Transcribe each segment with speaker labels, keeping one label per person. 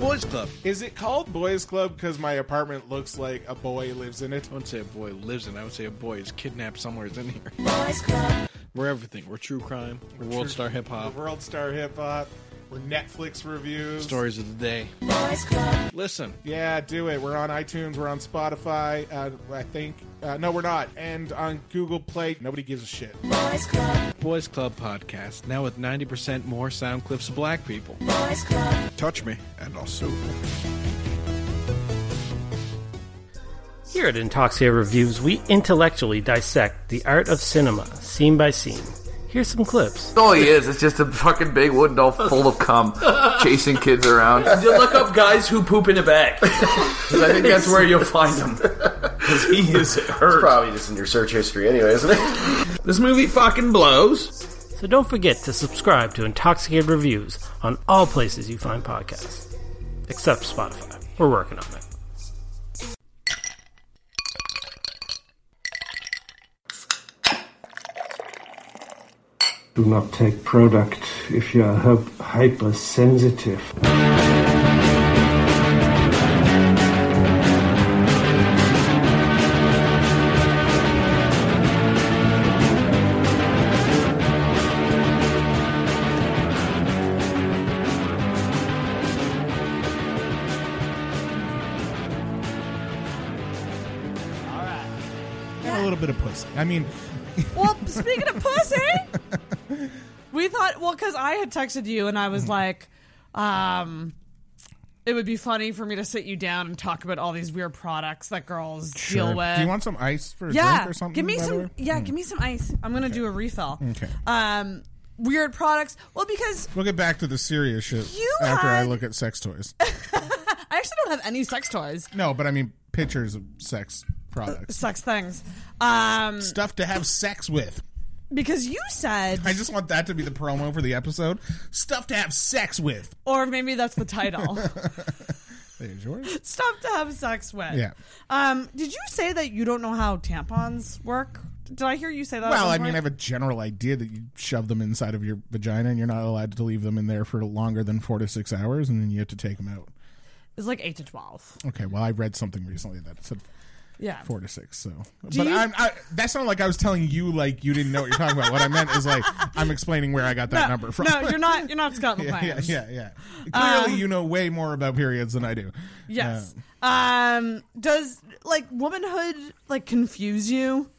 Speaker 1: Boys Club.
Speaker 2: Is it called Boys Club because my apartment looks like a boy lives in it?
Speaker 1: I wouldn't say a boy lives in. it. I would say a boy is kidnapped somewhere in here.
Speaker 3: Boys Club.
Speaker 1: We're everything. We're true crime. We're world star hip hop.
Speaker 2: We're World Star Hip Hop. We're Netflix reviews.
Speaker 1: Stories of the day.
Speaker 3: Boys Club.
Speaker 1: Listen,
Speaker 2: Yeah, do it. We're on iTunes. We're on Spotify. Uh, I think. Uh, no, we're not. And on Google Play. Nobody gives a shit.
Speaker 3: Boys Club.
Speaker 1: Boys Club podcast now with ninety percent more sound clips of black people.
Speaker 3: Boys Club.
Speaker 1: Touch me, and I'll sue.
Speaker 4: Here at Intoxia Reviews, we intellectually dissect the art of cinema, scene by scene. Here's some clips.
Speaker 5: all he is. It's just a fucking big wooden doll full of cum, chasing kids around.
Speaker 6: You look up guys who poop in a bag.
Speaker 5: 'Cause I think that's where you'll find him.
Speaker 6: he is hurt.
Speaker 7: Probably just in your search history anyway, isn't it?
Speaker 6: This movie fucking blows.
Speaker 4: So don't forget to subscribe to Intoxicated Reviews on all places you find podcasts, except Spotify. We're working on it.
Speaker 8: Do not take product if you are hyp- hypersensitive.
Speaker 2: A little bit of pussy. I mean,
Speaker 9: Well, speaking of pussy, we thought well because I had texted you and I was
Speaker 2: Mm-hmm.
Speaker 9: like, um, it would be funny for me to sit you down and talk about all these weird products that girls
Speaker 2: sure.
Speaker 9: deal with.
Speaker 2: Do you want some ice for a
Speaker 9: yeah,
Speaker 2: drink or something?
Speaker 9: give me
Speaker 2: by the
Speaker 9: some.
Speaker 2: way? Mm.
Speaker 9: Yeah, give me some ice. I'm gonna do a refill.
Speaker 2: Okay.
Speaker 9: Um, weird products. Well, because
Speaker 2: We'll get back to the serious shit
Speaker 9: You
Speaker 2: after I
Speaker 9: had-
Speaker 2: look at sex toys.
Speaker 9: I actually don't have any sex toys,
Speaker 2: no, but I mean pictures of sex products.
Speaker 9: sex things. Um,
Speaker 2: Stuff to have sex with.
Speaker 9: because you said,
Speaker 2: I just want that to be the promo for the episode. Stuff to have sex with.
Speaker 9: or maybe that's the title.
Speaker 2: There's yours.
Speaker 9: Stuff to have sex with.
Speaker 2: Yeah.
Speaker 9: Um, did you say that you don't know how tampons work? Did I hear you say that? at
Speaker 2: Well,
Speaker 9: one
Speaker 2: I mean, I
Speaker 9: point?
Speaker 2: have a general idea that you shove them inside of your vagina and you're not allowed to leave them in there for longer than four to six hours and then you have to take them out.
Speaker 9: it's like eight to twelve.
Speaker 2: Okay, well, I read something recently that said
Speaker 9: Yeah.
Speaker 2: four to six, so.
Speaker 9: Do
Speaker 2: but
Speaker 9: you-
Speaker 2: I'm, I, that sounded like I was telling you, like, you didn't know what you're talking about. What I meant is, like, I'm explaining where I got that
Speaker 9: no,
Speaker 2: number from.
Speaker 9: no, you're not. Um, You're not Scott
Speaker 2: yeah, yeah,
Speaker 9: McLean.
Speaker 2: yeah, yeah. Clearly, you know way more about periods than I do.
Speaker 9: Yes. um. Does like womanhood like confuse you?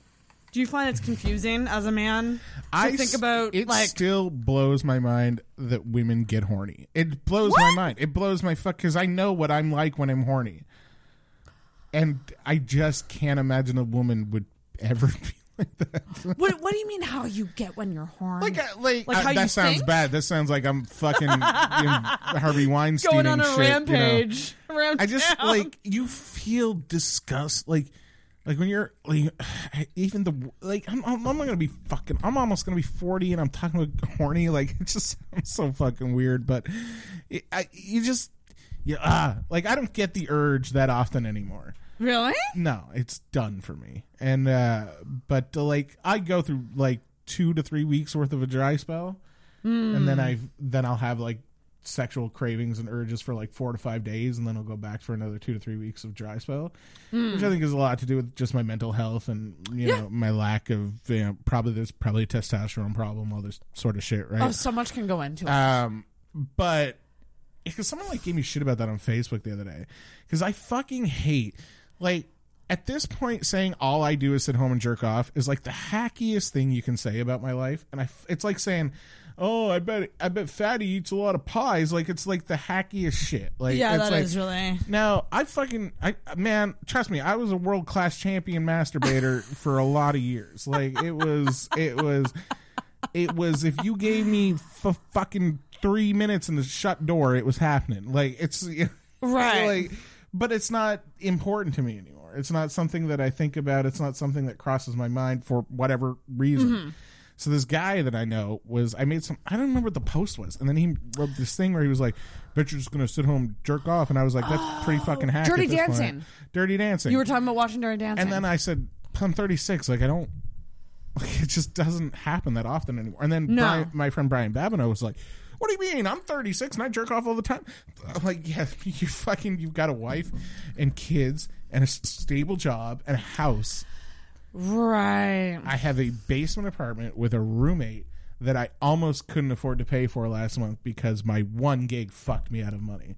Speaker 9: Do you find it's confusing as a man? To
Speaker 2: I
Speaker 9: think
Speaker 2: s-
Speaker 9: about
Speaker 2: it
Speaker 9: like
Speaker 2: still blows my mind that women get horny. It blows my
Speaker 9: What?
Speaker 2: mind. It blows my fuck because I know what I'm like when I'm horny, and I just can't imagine a woman would ever be like that.
Speaker 9: what? What do you mean? How you get when you're horny?
Speaker 2: Like, uh, like,
Speaker 9: Like
Speaker 2: uh,
Speaker 9: how you
Speaker 2: that sounds
Speaker 9: think?
Speaker 2: bad. That sounds like I'm fucking you know, Harvey Weinstein
Speaker 9: going on a
Speaker 2: and shit, you know?
Speaker 9: rampage around
Speaker 2: I just
Speaker 9: town.
Speaker 2: like you feel disgust, like like when you're like even the like I'm I'm, I'm gonna be fucking I'm almost gonna be forty and I'm talking about horny like it just sounds so fucking weird, but it, I, you just yeah ah, like I don't get the urge that often anymore.
Speaker 9: really.
Speaker 2: No, it's done for me, and uh but uh, like I go through like two to three weeks worth of a dry spell, and then I then I'll have like sexual cravings and urges for like four to five days, and then I'll go back for another two to three weeks of dry spell, which I think is a lot to do with just my mental health and you know my lack of you know, probably there's probably a testosterone problem, all this sort of shit, right?
Speaker 9: Oh, so much can go into it.
Speaker 2: Um, but because someone like gave me shit about that on Facebook the other day, because I fucking hate like at this point saying all I do is sit home and jerk off is like the hackiest thing you can say about my life, and I f- it's like saying. Oh, I bet I bet Fatty eats a lot of pies. Like it's like the hackiest shit. Like
Speaker 9: yeah,
Speaker 2: it's
Speaker 9: that is
Speaker 2: like,
Speaker 9: really.
Speaker 2: no, I fucking I man, trust me, I was a world class champion masturbator for a lot of years. Like it was it was it was if you gave me f- fucking 3 minutes in the shut door, it was happening. Like it's
Speaker 9: Right.
Speaker 2: Like but it's not important to me anymore. It's not something that I think about. It's not something that crosses my mind for whatever reason.
Speaker 9: Mm-hmm.
Speaker 2: So this guy that I know was I made some I don't remember what the post was, and then he wrote this thing where he was like, "Bet you're just gonna sit home and jerk off," and I was like, "That's pretty fucking hack."
Speaker 9: Dirty
Speaker 2: at this point."
Speaker 9: Dancing.
Speaker 2: dirty dancing.
Speaker 9: You were talking about watching during dancing.
Speaker 2: and then I said, "I'm 36. Like I don't." Like, it just doesn't happen that often anymore. And then
Speaker 9: No.
Speaker 2: Brian, my friend Brian Babineau was like, What do you mean? I'm 36 and I jerk off all the time. I'm like, yeah, you fucking, you've got a wife and kids and a s- stable job and a house.
Speaker 9: Right.
Speaker 2: I have a basement apartment with a roommate that I almost couldn't afford to pay for last month because my one gig fucked me out of money.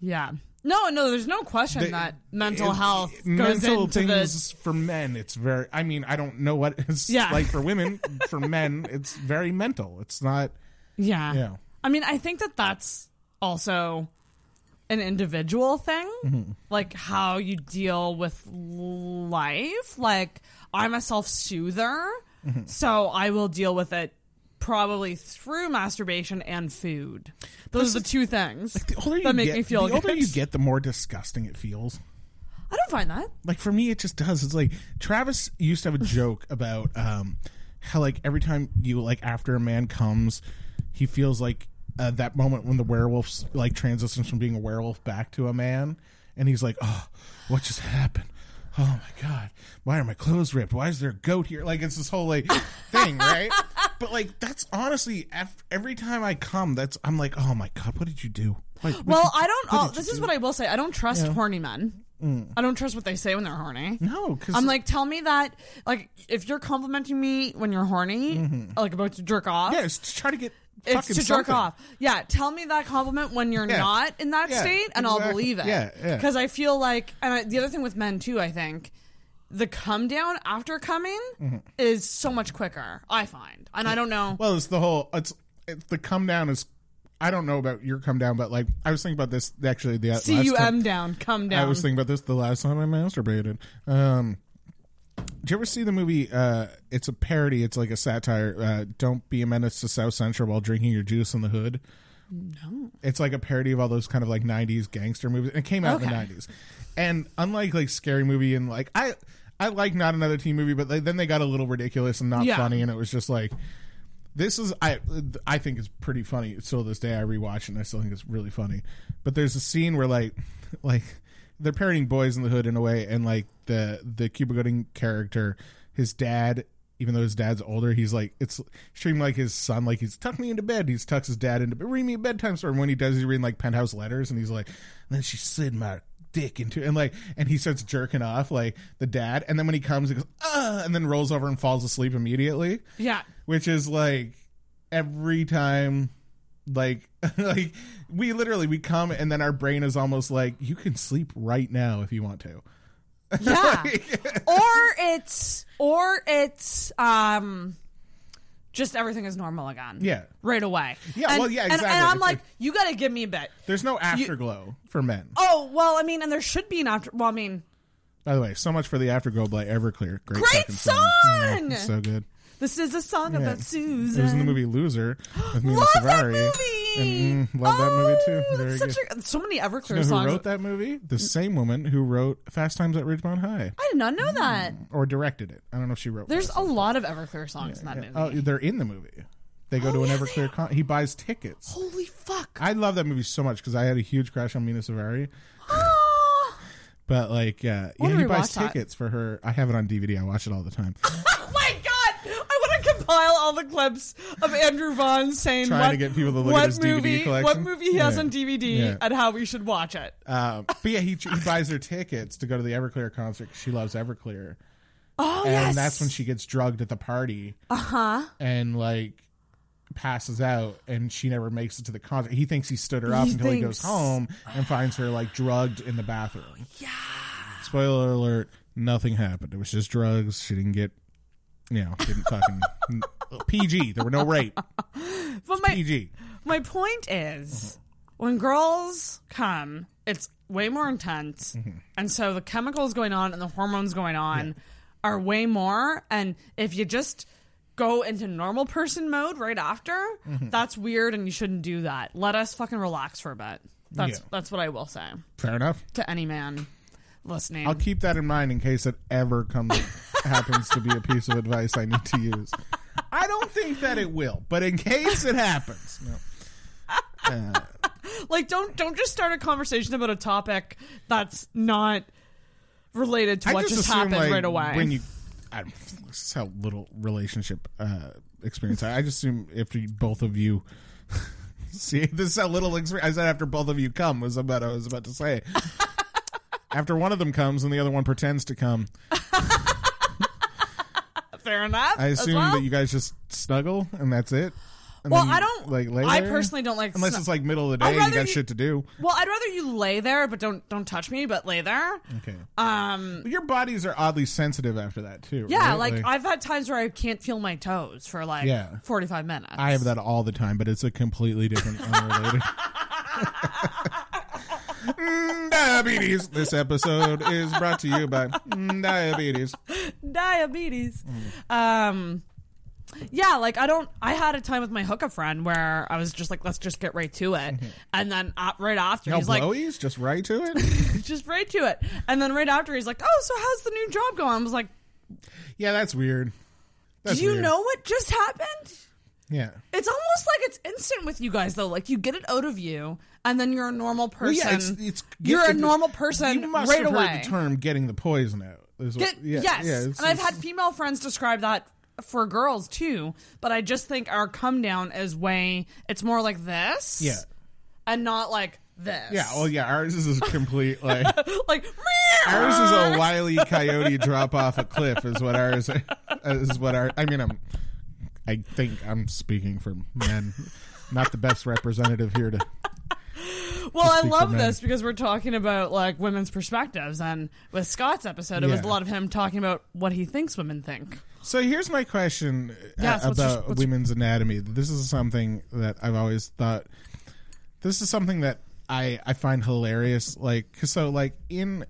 Speaker 9: Yeah. No, no, there's no question
Speaker 2: They-
Speaker 9: that mental
Speaker 2: it-
Speaker 9: health goes
Speaker 2: mental
Speaker 9: into the
Speaker 2: things for men it's very i mean i don't know what it's
Speaker 9: Yeah.
Speaker 2: like for women for men it's very mental it's not
Speaker 9: yeah.
Speaker 2: Yeah.
Speaker 9: I mean, I think that that's also an individual thing,
Speaker 2: Mm-hmm.
Speaker 9: like how you deal with life. Like I'm a self soother,
Speaker 2: Mm-hmm.
Speaker 9: so I will deal with it probably through masturbation and food. Those are the two things
Speaker 2: the older you
Speaker 9: that make
Speaker 2: get
Speaker 9: me feel
Speaker 2: the older
Speaker 9: good.
Speaker 2: you get the more disgusting it feels
Speaker 9: I don't find that.
Speaker 2: like for me it just does it's like travis used to have a joke about um how like every time you like after a man comes he feels like uh, that moment when the werewolf like transitions from being a werewolf back to a man and he's like oh what just happened oh my god why are my clothes ripped why is there a goat here like it's this whole like thing right but like that's honestly af- every time i come that's i'm like oh my god what did you do like what
Speaker 9: Well,
Speaker 2: did-
Speaker 9: I don't.
Speaker 2: what
Speaker 9: Uh,
Speaker 2: did you
Speaker 9: this is
Speaker 2: do?
Speaker 9: what I will say. I don't trust horny men. I don't trust what they say when they're horny.
Speaker 2: Mm. no because
Speaker 9: I'm like, tell me that, like, if you're complimenting me when you're horny, like about to jerk off,
Speaker 2: Mm-hmm. yeah it's to try to get
Speaker 9: it's
Speaker 2: fucking
Speaker 9: to jerk
Speaker 2: something.
Speaker 9: off. Yeah, tell me that compliment when you're
Speaker 2: Yeah.
Speaker 9: not in that
Speaker 2: Yeah,
Speaker 9: state, and I'll
Speaker 2: exactly.
Speaker 9: believe it.
Speaker 2: Yeah, yeah.
Speaker 9: Because I feel like, and I, the other thing with men too, I think, the come down after coming is so much quicker. I find, and I don't know.
Speaker 2: Mm-hmm. Well, it's the whole it's, it's the come down is I don't know about your come down, but like I was thinking about this actually the last
Speaker 9: C U M
Speaker 2: time-
Speaker 9: down, come down.
Speaker 2: I was thinking about this the last time I masturbated. Um, did you ever see the movie? Uh, it's a parody. It's like a satire. Uh, Don't be a menace to South Central while drinking your juice in the hood. No, it's like a parody of all those kind of like '90s gangster movies. It came out in
Speaker 9: Okay.
Speaker 2: the '90s, and unlike like scary movie and like I, I like not another teen movie, but like, then they got a little ridiculous and not
Speaker 9: Yeah.
Speaker 2: funny, and it was just like. This is I I think it's pretty funny. Still to this day I rewatch it and I still think it's really funny. But there's a scene where like like they're parodying Boys in the Hood in a way and like the the Cuba Gooding character, his dad, even though his dad's older, he's like it's treating like his son, like he's tuck me into bed. He's tucks his dad into bed. Read me a bedtime story. And when he does, he's reading like penthouse letters and he's like, then she slid my dick into and like and he starts jerking off like the dad and then when he comes he goes ah and then rolls over and falls asleep immediately
Speaker 9: yeah,
Speaker 2: which is like every time like like we literally we come and then our brain is almost like you can sleep right now if you want to
Speaker 9: Yeah. or it's or it's um just everything is normal again.
Speaker 2: Yeah.
Speaker 9: Right away.
Speaker 2: Yeah,
Speaker 9: And-
Speaker 2: well, yeah,
Speaker 9: and- And,
Speaker 2: exactly.
Speaker 9: I'm
Speaker 2: It's
Speaker 9: like,
Speaker 2: like-
Speaker 9: you gotta give me a bit.
Speaker 2: there's no afterglow for men
Speaker 9: Oh, well, I mean, and there should be an after well, I mean,
Speaker 2: by the way so much for the afterglow by everclear great,
Speaker 9: Great
Speaker 2: fucking song,
Speaker 9: song!
Speaker 2: Yeah, it's so good
Speaker 9: this is a song
Speaker 2: Yeah.
Speaker 9: about Susan.
Speaker 2: it was in the movie loser with Mina
Speaker 9: Love that
Speaker 2: Savari.
Speaker 9: movie.
Speaker 2: And, mm, love that movie too
Speaker 9: Oh,
Speaker 2: very
Speaker 9: that's
Speaker 2: good
Speaker 9: such a, so many Everclear
Speaker 2: you know who
Speaker 9: songs.
Speaker 2: wrote that movie the same woman who wrote fast times at ridgemont high
Speaker 9: I did not know that.
Speaker 2: or directed it i don't know if she wrote
Speaker 9: There's
Speaker 2: Fast
Speaker 9: a lot of Everclear songs in that
Speaker 2: Yeah.
Speaker 9: movie.
Speaker 2: Oh, they're in the movie. They go
Speaker 9: Oh,
Speaker 2: to an
Speaker 9: yeah, they are.
Speaker 2: Everclear. Con- he buys tickets.
Speaker 9: Holy fuck.
Speaker 2: I love that movie so much because I had a huge crush on Mina Savari.
Speaker 9: Oh.
Speaker 2: But like, uh,
Speaker 9: wanna
Speaker 2: yeah, he buys
Speaker 9: rewatch that.
Speaker 2: tickets for her. I have it on DVD. I watch it all the time.
Speaker 9: Oh my god! I want to compile all the clips of Andrew Vaughn saying
Speaker 2: Trying to
Speaker 9: what,
Speaker 2: get people to look at
Speaker 9: what
Speaker 2: his DVD
Speaker 9: movie, what
Speaker 2: collection.
Speaker 9: movie he has
Speaker 2: Yeah.
Speaker 9: on DVD,
Speaker 2: Yeah.
Speaker 9: and how we should watch it.
Speaker 2: Um, but yeah, he, he buys her tickets to go to the Everclear concert 'cause she loves Everclear,
Speaker 9: Oh
Speaker 2: and
Speaker 9: yes, Uh-huh.
Speaker 2: that's when she gets drugged at the party. Uh huh. And like passes out, and she never makes it to the concert. He thinks he stood her up
Speaker 9: He
Speaker 2: until he goes
Speaker 9: thinks-
Speaker 2: home and finds her like drugged in the bathroom. Yeah. Spoiler alert: nothing happened. It was just drugs. She didn't get, you know, didn't fucking PG. There were no rape.
Speaker 9: But my
Speaker 2: PG.
Speaker 9: my point is, when girls come, it's way more intense,
Speaker 2: Mm-hmm.
Speaker 9: and so the chemicals going on and the hormones going on are way more. And if you just go into normal person mode right after,
Speaker 2: Mm-hmm.
Speaker 9: that's weird, and you shouldn't do that. Let us fucking relax for a bit. That's
Speaker 2: Yeah.
Speaker 9: that's what I will say.
Speaker 2: Fair enough.
Speaker 9: to any man listening.
Speaker 2: I'll keep that in mind in case it ever comes happens to be a piece of advice I need to use. I don't think that it will, but in case it happens, no.
Speaker 9: like don't don't just start a conversation about a topic that's not related to what just,
Speaker 2: assume,
Speaker 9: happened
Speaker 2: like,
Speaker 9: right away.
Speaker 2: When you, I, don't- this is how little relationship uh, experience. I I just assume after you, both of you. See, this is a little experience. I said after both of you come was about I was about to say. after one of them comes and the other one pretends to come,
Speaker 9: Fair enough.
Speaker 2: I
Speaker 9: as
Speaker 2: assume
Speaker 9: well.
Speaker 2: that you guys just snuggle and that's it. And
Speaker 9: Well,
Speaker 2: then you,
Speaker 9: I don't.
Speaker 2: like. lay
Speaker 9: I
Speaker 2: there?
Speaker 9: personally don't like.
Speaker 2: unless
Speaker 9: snu-
Speaker 2: it's like middle of the
Speaker 9: I'd
Speaker 2: day and you
Speaker 9: rather
Speaker 2: got
Speaker 9: you-
Speaker 2: shit to do.
Speaker 9: Well, I'd rather you lay there, but don't don't touch me. But lay there.
Speaker 2: Okay,
Speaker 9: Um.
Speaker 2: your bodies are oddly sensitive after that too.
Speaker 9: Yeah.
Speaker 2: right?
Speaker 9: Like, I've had times where I can't feel my toes for like
Speaker 2: Yeah.
Speaker 9: forty five minutes.
Speaker 2: I have that all the time, but it's a completely different unrelated. Mm, diabetes. This episode is brought to you by mm, diabetes.
Speaker 9: diabetes.
Speaker 2: Mm.
Speaker 9: Um. Yeah, like I don't. I had a time with my hookup friend where I was just like, "Let's just get right to it," and then uh, right
Speaker 2: Mm-hmm.
Speaker 9: after
Speaker 2: No
Speaker 9: he's like,
Speaker 2: blowies, just right to it.
Speaker 9: "Just right to it," and then right after he's like, "Oh, so how's the new job going?" I was like,
Speaker 2: Yeah, that's weird.
Speaker 9: "Do
Speaker 2: That's
Speaker 9: you
Speaker 2: weird.
Speaker 9: know what just happened?"
Speaker 2: Yeah.
Speaker 9: It's almost like it's instant with you guys though. Like you get it out of you, and then you're a normal
Speaker 2: Well,
Speaker 9: person.
Speaker 2: yeah, it's, it's
Speaker 9: you're a
Speaker 2: gifted-
Speaker 9: normal person
Speaker 2: You must
Speaker 9: right
Speaker 2: have
Speaker 9: away.
Speaker 2: heard the term "getting the poison out." is what-
Speaker 9: Get-
Speaker 2: yeah,
Speaker 9: yes,
Speaker 2: yeah, it's-
Speaker 9: and I've
Speaker 2: it's-
Speaker 9: had female friends describe that for girls too. But I just think our come down is way. It's more like this,
Speaker 2: yeah,
Speaker 9: and not like this.
Speaker 2: yeah. Well, yeah, ours is a complete like
Speaker 9: like
Speaker 2: Ours is
Speaker 9: Uh.
Speaker 2: a wily coyote drop off a cliff is what ours is what our I mean I'm I think I'm speaking for men. Not the best representative here to
Speaker 9: Well,
Speaker 2: speak
Speaker 9: I
Speaker 2: for
Speaker 9: love
Speaker 2: men.
Speaker 9: this because we're talking about like women's perspectives, and with Scott's episode, it was
Speaker 2: Yeah.
Speaker 9: a lot of him talking about what he thinks women think.
Speaker 2: So here's my question uh,
Speaker 9: Yes, what's your-
Speaker 2: about
Speaker 9: what's your-
Speaker 2: women's anatomy. This is something that I've always thought this is something that I I find hilarious like 'cause so like in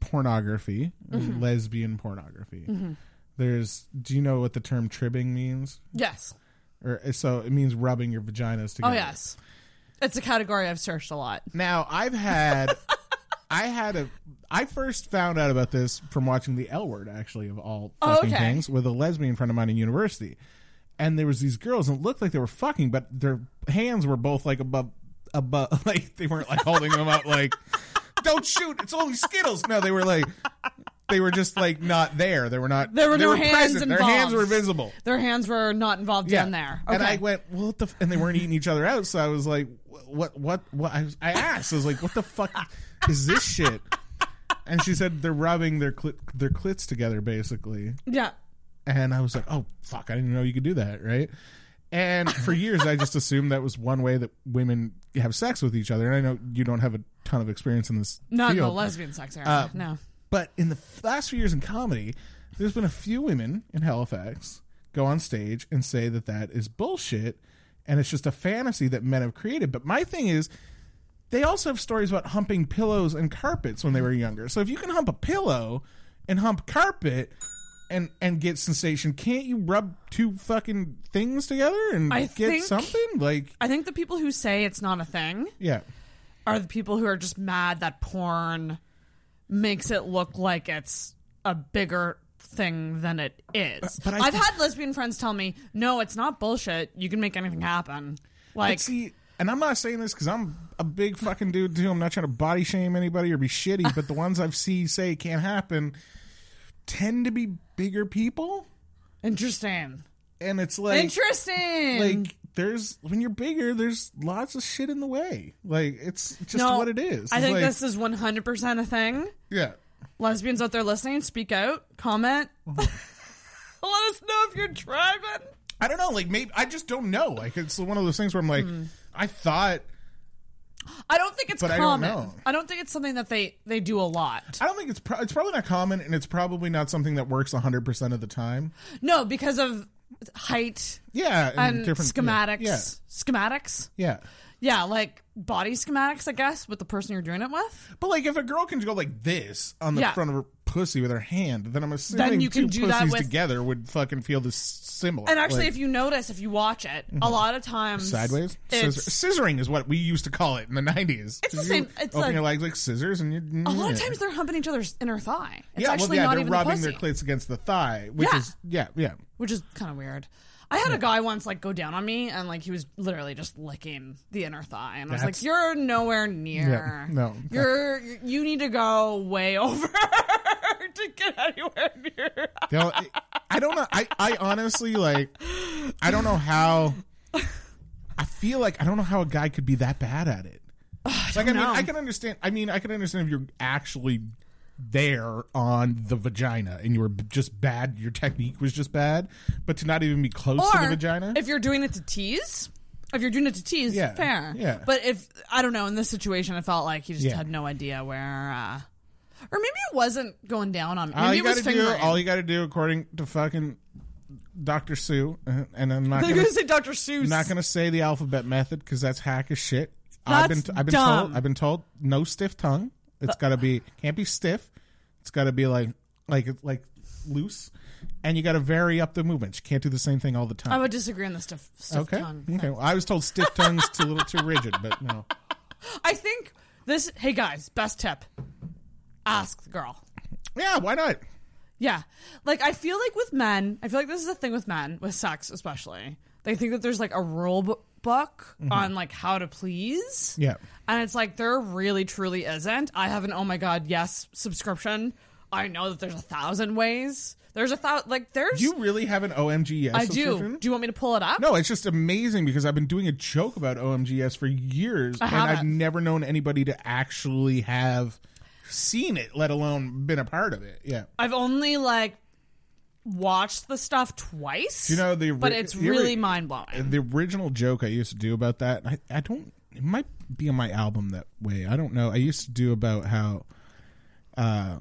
Speaker 2: pornography, lesbian pornography. There's do you know what the term tribbing means?
Speaker 9: Yes.
Speaker 2: Or so it means rubbing your vaginas
Speaker 9: Oh
Speaker 2: together.
Speaker 9: yes. It's a category I've searched a lot.
Speaker 2: Now I've had, I had a, I first found out about this from watching the L Word actually of all
Speaker 9: Oh,
Speaker 2: fucking
Speaker 9: okay.
Speaker 2: things with a lesbian friend of mine in university, and there was these girls and it looked like they were fucking, but their hands were both like above, above, like they weren't like holding them up like, don't shoot, it's only Skittles. No, they were like. They were just like not there. They were not.
Speaker 9: There were
Speaker 2: they
Speaker 9: no hands
Speaker 2: present.
Speaker 9: involved.
Speaker 2: Their hands were visible.
Speaker 9: Their hands were not involved down there. Okay.
Speaker 2: And I went, well, what the? F-? And they weren't eating each other out, so I was like, wh- what, what, what? I, was- I asked, I was like, what the fuck is this shit? And she said they're rubbing their clit, their clits together, basically.
Speaker 9: yeah.
Speaker 2: And I was like, oh fuck, I didn't know you could do that, right? And for years, I just assumed that was one way that women have sex with each other. And I know you don't have a ton of experience in this.
Speaker 9: Not in the
Speaker 2: field.
Speaker 9: lesbian sex area.
Speaker 2: Uh,
Speaker 9: no.
Speaker 2: But in the last few years in comedy, there's been a few women in Halifax go on stage and say that that is bullshit and it's just a fantasy that men have created. But my thing is, they also have stories about humping pillows and carpets when they were younger. So if you can hump a pillow and hump carpet and and get sensation, can't you rub two fucking things together and
Speaker 9: I
Speaker 2: get
Speaker 9: think-
Speaker 2: something? Like,
Speaker 9: I think the people who say it's not a thing
Speaker 2: yeah.
Speaker 9: are the people who are just mad that porn makes it look like it's a bigger thing than it is.
Speaker 2: but I
Speaker 9: I've
Speaker 2: think-
Speaker 9: had lesbian friends tell me, "No, it's not bullshit. You can make anything happen." Like
Speaker 2: But see, and I'm not saying this because I'm a big fucking dude too. I'm not trying to body shame anybody or be shitty, but the ones I've seen say can't happen tend to be bigger people,
Speaker 9: interesting.
Speaker 2: and it's like
Speaker 9: interesting.
Speaker 2: like there's when you're bigger, there's lots of shit in the way. Like it's just
Speaker 9: No,
Speaker 2: what it is.
Speaker 9: I
Speaker 2: It's
Speaker 9: think
Speaker 2: like-
Speaker 9: this is 100% a thing.
Speaker 2: yeah.
Speaker 9: Lesbians out there listening, speak out, comment. Let us know if you're driving.
Speaker 2: I don't know. Like maybe I just don't know. Like it's one of those things where I'm like,
Speaker 9: Hmm.
Speaker 2: I thought
Speaker 9: I don't think it's
Speaker 2: But I don't
Speaker 9: common.
Speaker 2: know.
Speaker 9: think it's something that they they do a lot.
Speaker 2: I don't think it's pro- it's probably not common, and it's probably not something that works 100 percent of the time.
Speaker 9: No, because of height
Speaker 2: Yeah,
Speaker 9: and,
Speaker 2: different
Speaker 9: schematics.
Speaker 2: Yeah,
Speaker 9: Schematics?
Speaker 2: yeah. yeah.
Speaker 9: Yeah, like body schematics, I guess, with the person you're doing it with.
Speaker 2: But like, if a girl can go like this on the
Speaker 9: Yeah.
Speaker 2: front of her pussy with her hand, then I'm assuming
Speaker 9: Then you can
Speaker 2: two
Speaker 9: do that
Speaker 2: pussies
Speaker 9: with-
Speaker 2: together would fucking feel this similar.
Speaker 9: And actually,
Speaker 2: Like, Mm-hmm.
Speaker 9: if you notice, if you watch it, a lot of times
Speaker 2: sideways
Speaker 9: it's,
Speaker 2: Scissor- scissoring is what we used to call it in the 90s.
Speaker 9: It's the
Speaker 2: You
Speaker 9: same- it's
Speaker 2: open
Speaker 9: like-
Speaker 2: your legs like scissors, and you.
Speaker 9: a lot of times they're humping each other's inner thigh. It's
Speaker 2: yeah, well,
Speaker 9: actually
Speaker 2: yeah,
Speaker 9: not
Speaker 2: they're
Speaker 9: even
Speaker 2: rubbing
Speaker 9: the
Speaker 2: their
Speaker 9: pussy.
Speaker 2: clits against the thigh, which
Speaker 9: Yeah.
Speaker 2: is yeah, yeah.
Speaker 9: which is kind of weird. I had a guy once like go down on me and like he was literally just licking the inner thigh, and I was
Speaker 2: That's-
Speaker 9: like, "You're nowhere near.
Speaker 2: Yeah, no.
Speaker 9: you're you need to go way over to get anywhere near."
Speaker 2: You know, it- I don't know. I, I honestly like. I don't know how. I feel like I don't know how a guy could be that bad at it. like I mean,
Speaker 9: know.
Speaker 2: I can understand. I mean, I can understand if you're actually there on the vagina and you were b- just bad. Your technique was just bad, but to not even be close to the vagina.
Speaker 9: if you're doing it to tease, if you're doing it to tease,
Speaker 2: Yeah,
Speaker 9: fair.
Speaker 2: yeah.
Speaker 9: But if I don't know, in this situation, I felt like he just
Speaker 2: Yeah.
Speaker 9: had no idea where, uh, or maybe it wasn't going down on. Maybe
Speaker 2: all you
Speaker 9: it was
Speaker 2: gotta do,
Speaker 9: fingering.
Speaker 2: all you gotta do, according to fucking Doctor Sue, uh, and I'm not
Speaker 9: They're
Speaker 2: gonna
Speaker 9: gonna say Dr. Seuss.
Speaker 2: I'm not going to say the alphabet method because that's hack as shit. I've
Speaker 9: That's
Speaker 2: been I've been
Speaker 9: dumb.
Speaker 2: told I've been told no stiff tongue. It's got to be can't be stiff. It's got to be like like like loose, and you got to vary up the movements. You can't do the same thing all the time.
Speaker 9: I would disagree on the stuff. stuff
Speaker 2: okay,
Speaker 9: tongue.
Speaker 2: okay. Well, I was told stiff tongue's too little too rigid, but no.
Speaker 9: I think this. Hey guys, best tip: ask the girl.
Speaker 2: Yeah, why not?
Speaker 9: Yeah. Like I feel like with men, I feel like this is a thing with men with sex especially. They think that there's like a rule b- book on like how to please.
Speaker 2: Mm-hmm. Yeah.
Speaker 9: And it's like there really truly isn't. I have an oh my god, yes subscription. I know that there's a thousand ways. There's a thousand like there's
Speaker 2: Do you really have an OMG yes
Speaker 9: I do.
Speaker 2: subscription?
Speaker 9: Do you want me to pull it up?
Speaker 2: No, it's just amazing because I've been doing a joke about OMGS for years, and I've
Speaker 9: haven't.
Speaker 2: never known anybody to actually have seen it, let alone been a part of it. Yeah,
Speaker 9: I've only like watched the stuff twice.
Speaker 2: you know the
Speaker 9: but it's
Speaker 2: the ori-
Speaker 9: really mind blowing.
Speaker 2: The original joke I used to do about that, I, I don't. It might be on my album that way. I don't know. I used to do about how, uh,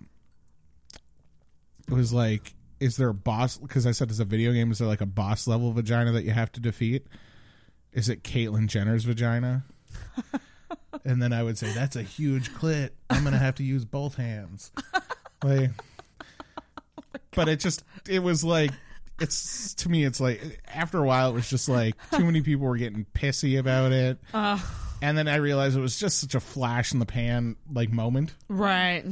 Speaker 2: it was like, is there a boss? Because I said it's a video game. Is there like a boss level vagina that you have to defeat? Is it Caitlyn Jenner's vagina? and then I would say that's a huge clit. I'm gonna have to use both hands. Like, but it just it was like it's to me it's like after a while it was just like too many people were getting pissy about it and then i realized it was just such a flash in the pan like moment
Speaker 9: Right.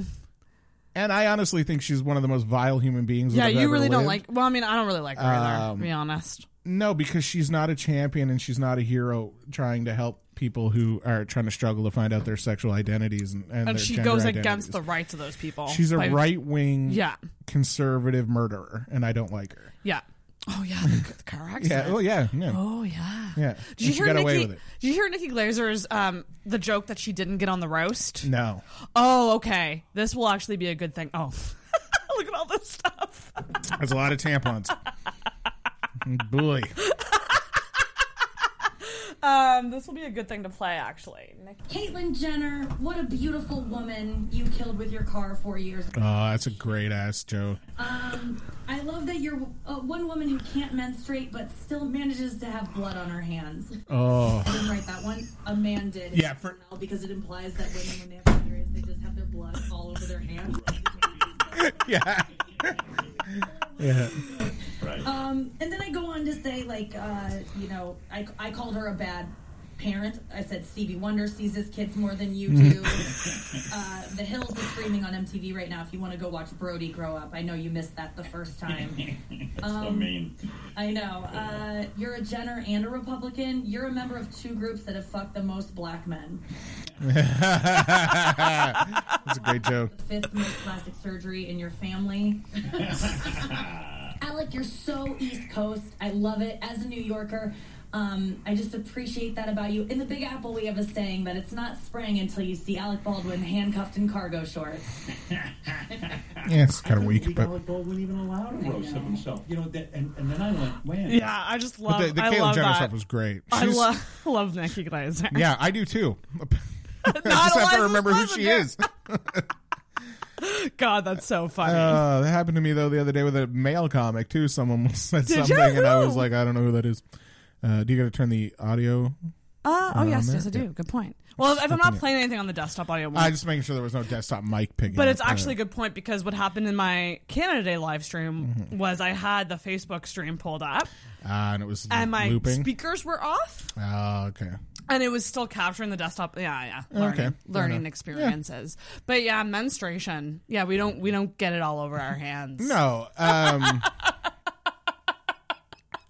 Speaker 2: and i honestly think she's one of the most vile human beings that
Speaker 9: Yeah,
Speaker 2: I've
Speaker 9: you
Speaker 2: ever
Speaker 9: really don't
Speaker 2: lived.
Speaker 9: like well, I mean, I don't really like her either,
Speaker 2: Um,
Speaker 9: to be honest.
Speaker 2: no because she's not a champion and she's not a hero trying to help people who are trying to struggle to find out their sexual identities and, and, their
Speaker 9: and she
Speaker 2: gender
Speaker 9: goes
Speaker 2: identities.
Speaker 9: against the rights of those people.
Speaker 2: she's a
Speaker 9: Like,
Speaker 2: right-wing
Speaker 9: Yeah,
Speaker 2: conservative murderer and i don't like her
Speaker 9: yeah. Oh yeah, the, the car accident.
Speaker 2: yeah oh yeah yeah
Speaker 9: Oh yeah.
Speaker 2: yeah
Speaker 9: Did you
Speaker 2: she
Speaker 9: hear
Speaker 2: got
Speaker 9: Nikki?
Speaker 2: away with it
Speaker 9: Did you hear Nikki Glazer's um the joke that she didn't get on the roast?
Speaker 2: no
Speaker 9: Oh, okay. This will actually be a good thing. Oh, look at all this stuff.
Speaker 2: That's a lot of tampons. Boy.
Speaker 9: Um, this will be a good thing to play actually. Nikki.
Speaker 10: Caitlyn Jenner, what a beautiful woman you killed with your car four years
Speaker 2: Oh,
Speaker 10: ago.
Speaker 2: that's a great ass joke.
Speaker 10: Um, I love that you're uh, one woman who can't menstruate but still manages to have blood on her hands.
Speaker 2: Oh.
Speaker 10: I didn't write that one. A man did.
Speaker 2: Yeah, for-
Speaker 10: because it implies that women when they have periods they just have their blood all over their hands.
Speaker 2: Yeah. yeah.
Speaker 10: Um, and then I go on to say, like, uh, you know, I, I called her a bad parent. I said Stevie Wonder sees his kids more than you do. uh, the Hills is streaming on MTV right now. If you want to go watch Brody grow up, I know you missed that the first time. That's so mean. I know. Uh, you're a Jenner and a Republican. You're a member of two groups that have fucked the most black men.
Speaker 2: that's a great joke.
Speaker 10: fifth most plastic surgery in your family. Alec, you're so East Coast. I love it. As a New Yorker, um, I just appreciate that about you. In the Big Apple, we have a saying that it's not spring until you see Alec Baldwin handcuffed in cargo shorts.
Speaker 2: Yeah, it's kind of weak, but
Speaker 11: Alec Baldwin even allowed a roast of himself. You know that, and, and then I went, man.
Speaker 9: Yeah, I just love.
Speaker 2: the, the
Speaker 9: I
Speaker 2: Caitlyn
Speaker 9: love
Speaker 2: Jenner
Speaker 9: that.
Speaker 2: stuff was great.
Speaker 9: I
Speaker 2: She's-
Speaker 9: lo- love Nikki Glaser.
Speaker 2: Yeah, I do too. I
Speaker 9: Not
Speaker 2: just have
Speaker 9: Eliza's
Speaker 2: to remember who she
Speaker 9: Lezenger.
Speaker 2: is.
Speaker 9: God, that's so funny.
Speaker 2: Uh, that happened to me though the other day with a male comic too. Someone said
Speaker 9: Did ya?
Speaker 2: something, and I was
Speaker 9: Who?
Speaker 2: like, I don't know who that is. Uh, do you got to turn the audio?
Speaker 9: Uh, oh yes,
Speaker 2: there-
Speaker 9: yes I do. Good point. Well, if, if I'm not playing anything on the desktop audio, it won't.
Speaker 2: I just making sure there was no desktop mic picking.
Speaker 9: But
Speaker 2: up,
Speaker 9: it's actually
Speaker 2: uh,
Speaker 9: a good point because what happened in my Canada Day live stream
Speaker 2: Mm-hmm.
Speaker 9: was I had the Facebook stream pulled up
Speaker 2: Ah, and it was
Speaker 9: and my
Speaker 2: looping.
Speaker 9: speakers were off
Speaker 2: Ah, okay.
Speaker 9: and it was still capturing the desktop. Yeah, yeah. Learning,
Speaker 2: fair
Speaker 9: learning
Speaker 2: enough.
Speaker 9: experiences. But yeah, menstruation. Yeah, we don't we don't get it all over our hands.
Speaker 2: No. Um,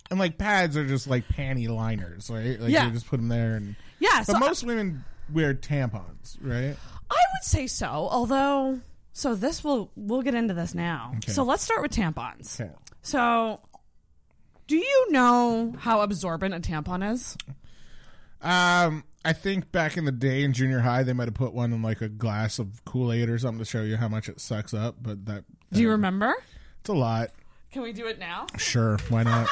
Speaker 2: and like pads are just like panty liners, right? Like
Speaker 9: Yeah.
Speaker 2: you just put them there. And
Speaker 9: Yeah,
Speaker 2: but
Speaker 9: so uh,
Speaker 2: most women wear tampons, right?
Speaker 9: I would say so. Although, so this will we'll get into this now. So let's start with tampons.
Speaker 2: Okay.
Speaker 9: So, do you know how absorbent a tampon is?
Speaker 2: Um, I think back in the day in junior high, they might have put one in like a glass of Kool Aid or something to show you how much it sucks up. But that
Speaker 9: Do you remember?
Speaker 2: it's a lot.
Speaker 9: Can we do it now?
Speaker 2: Sure, why not?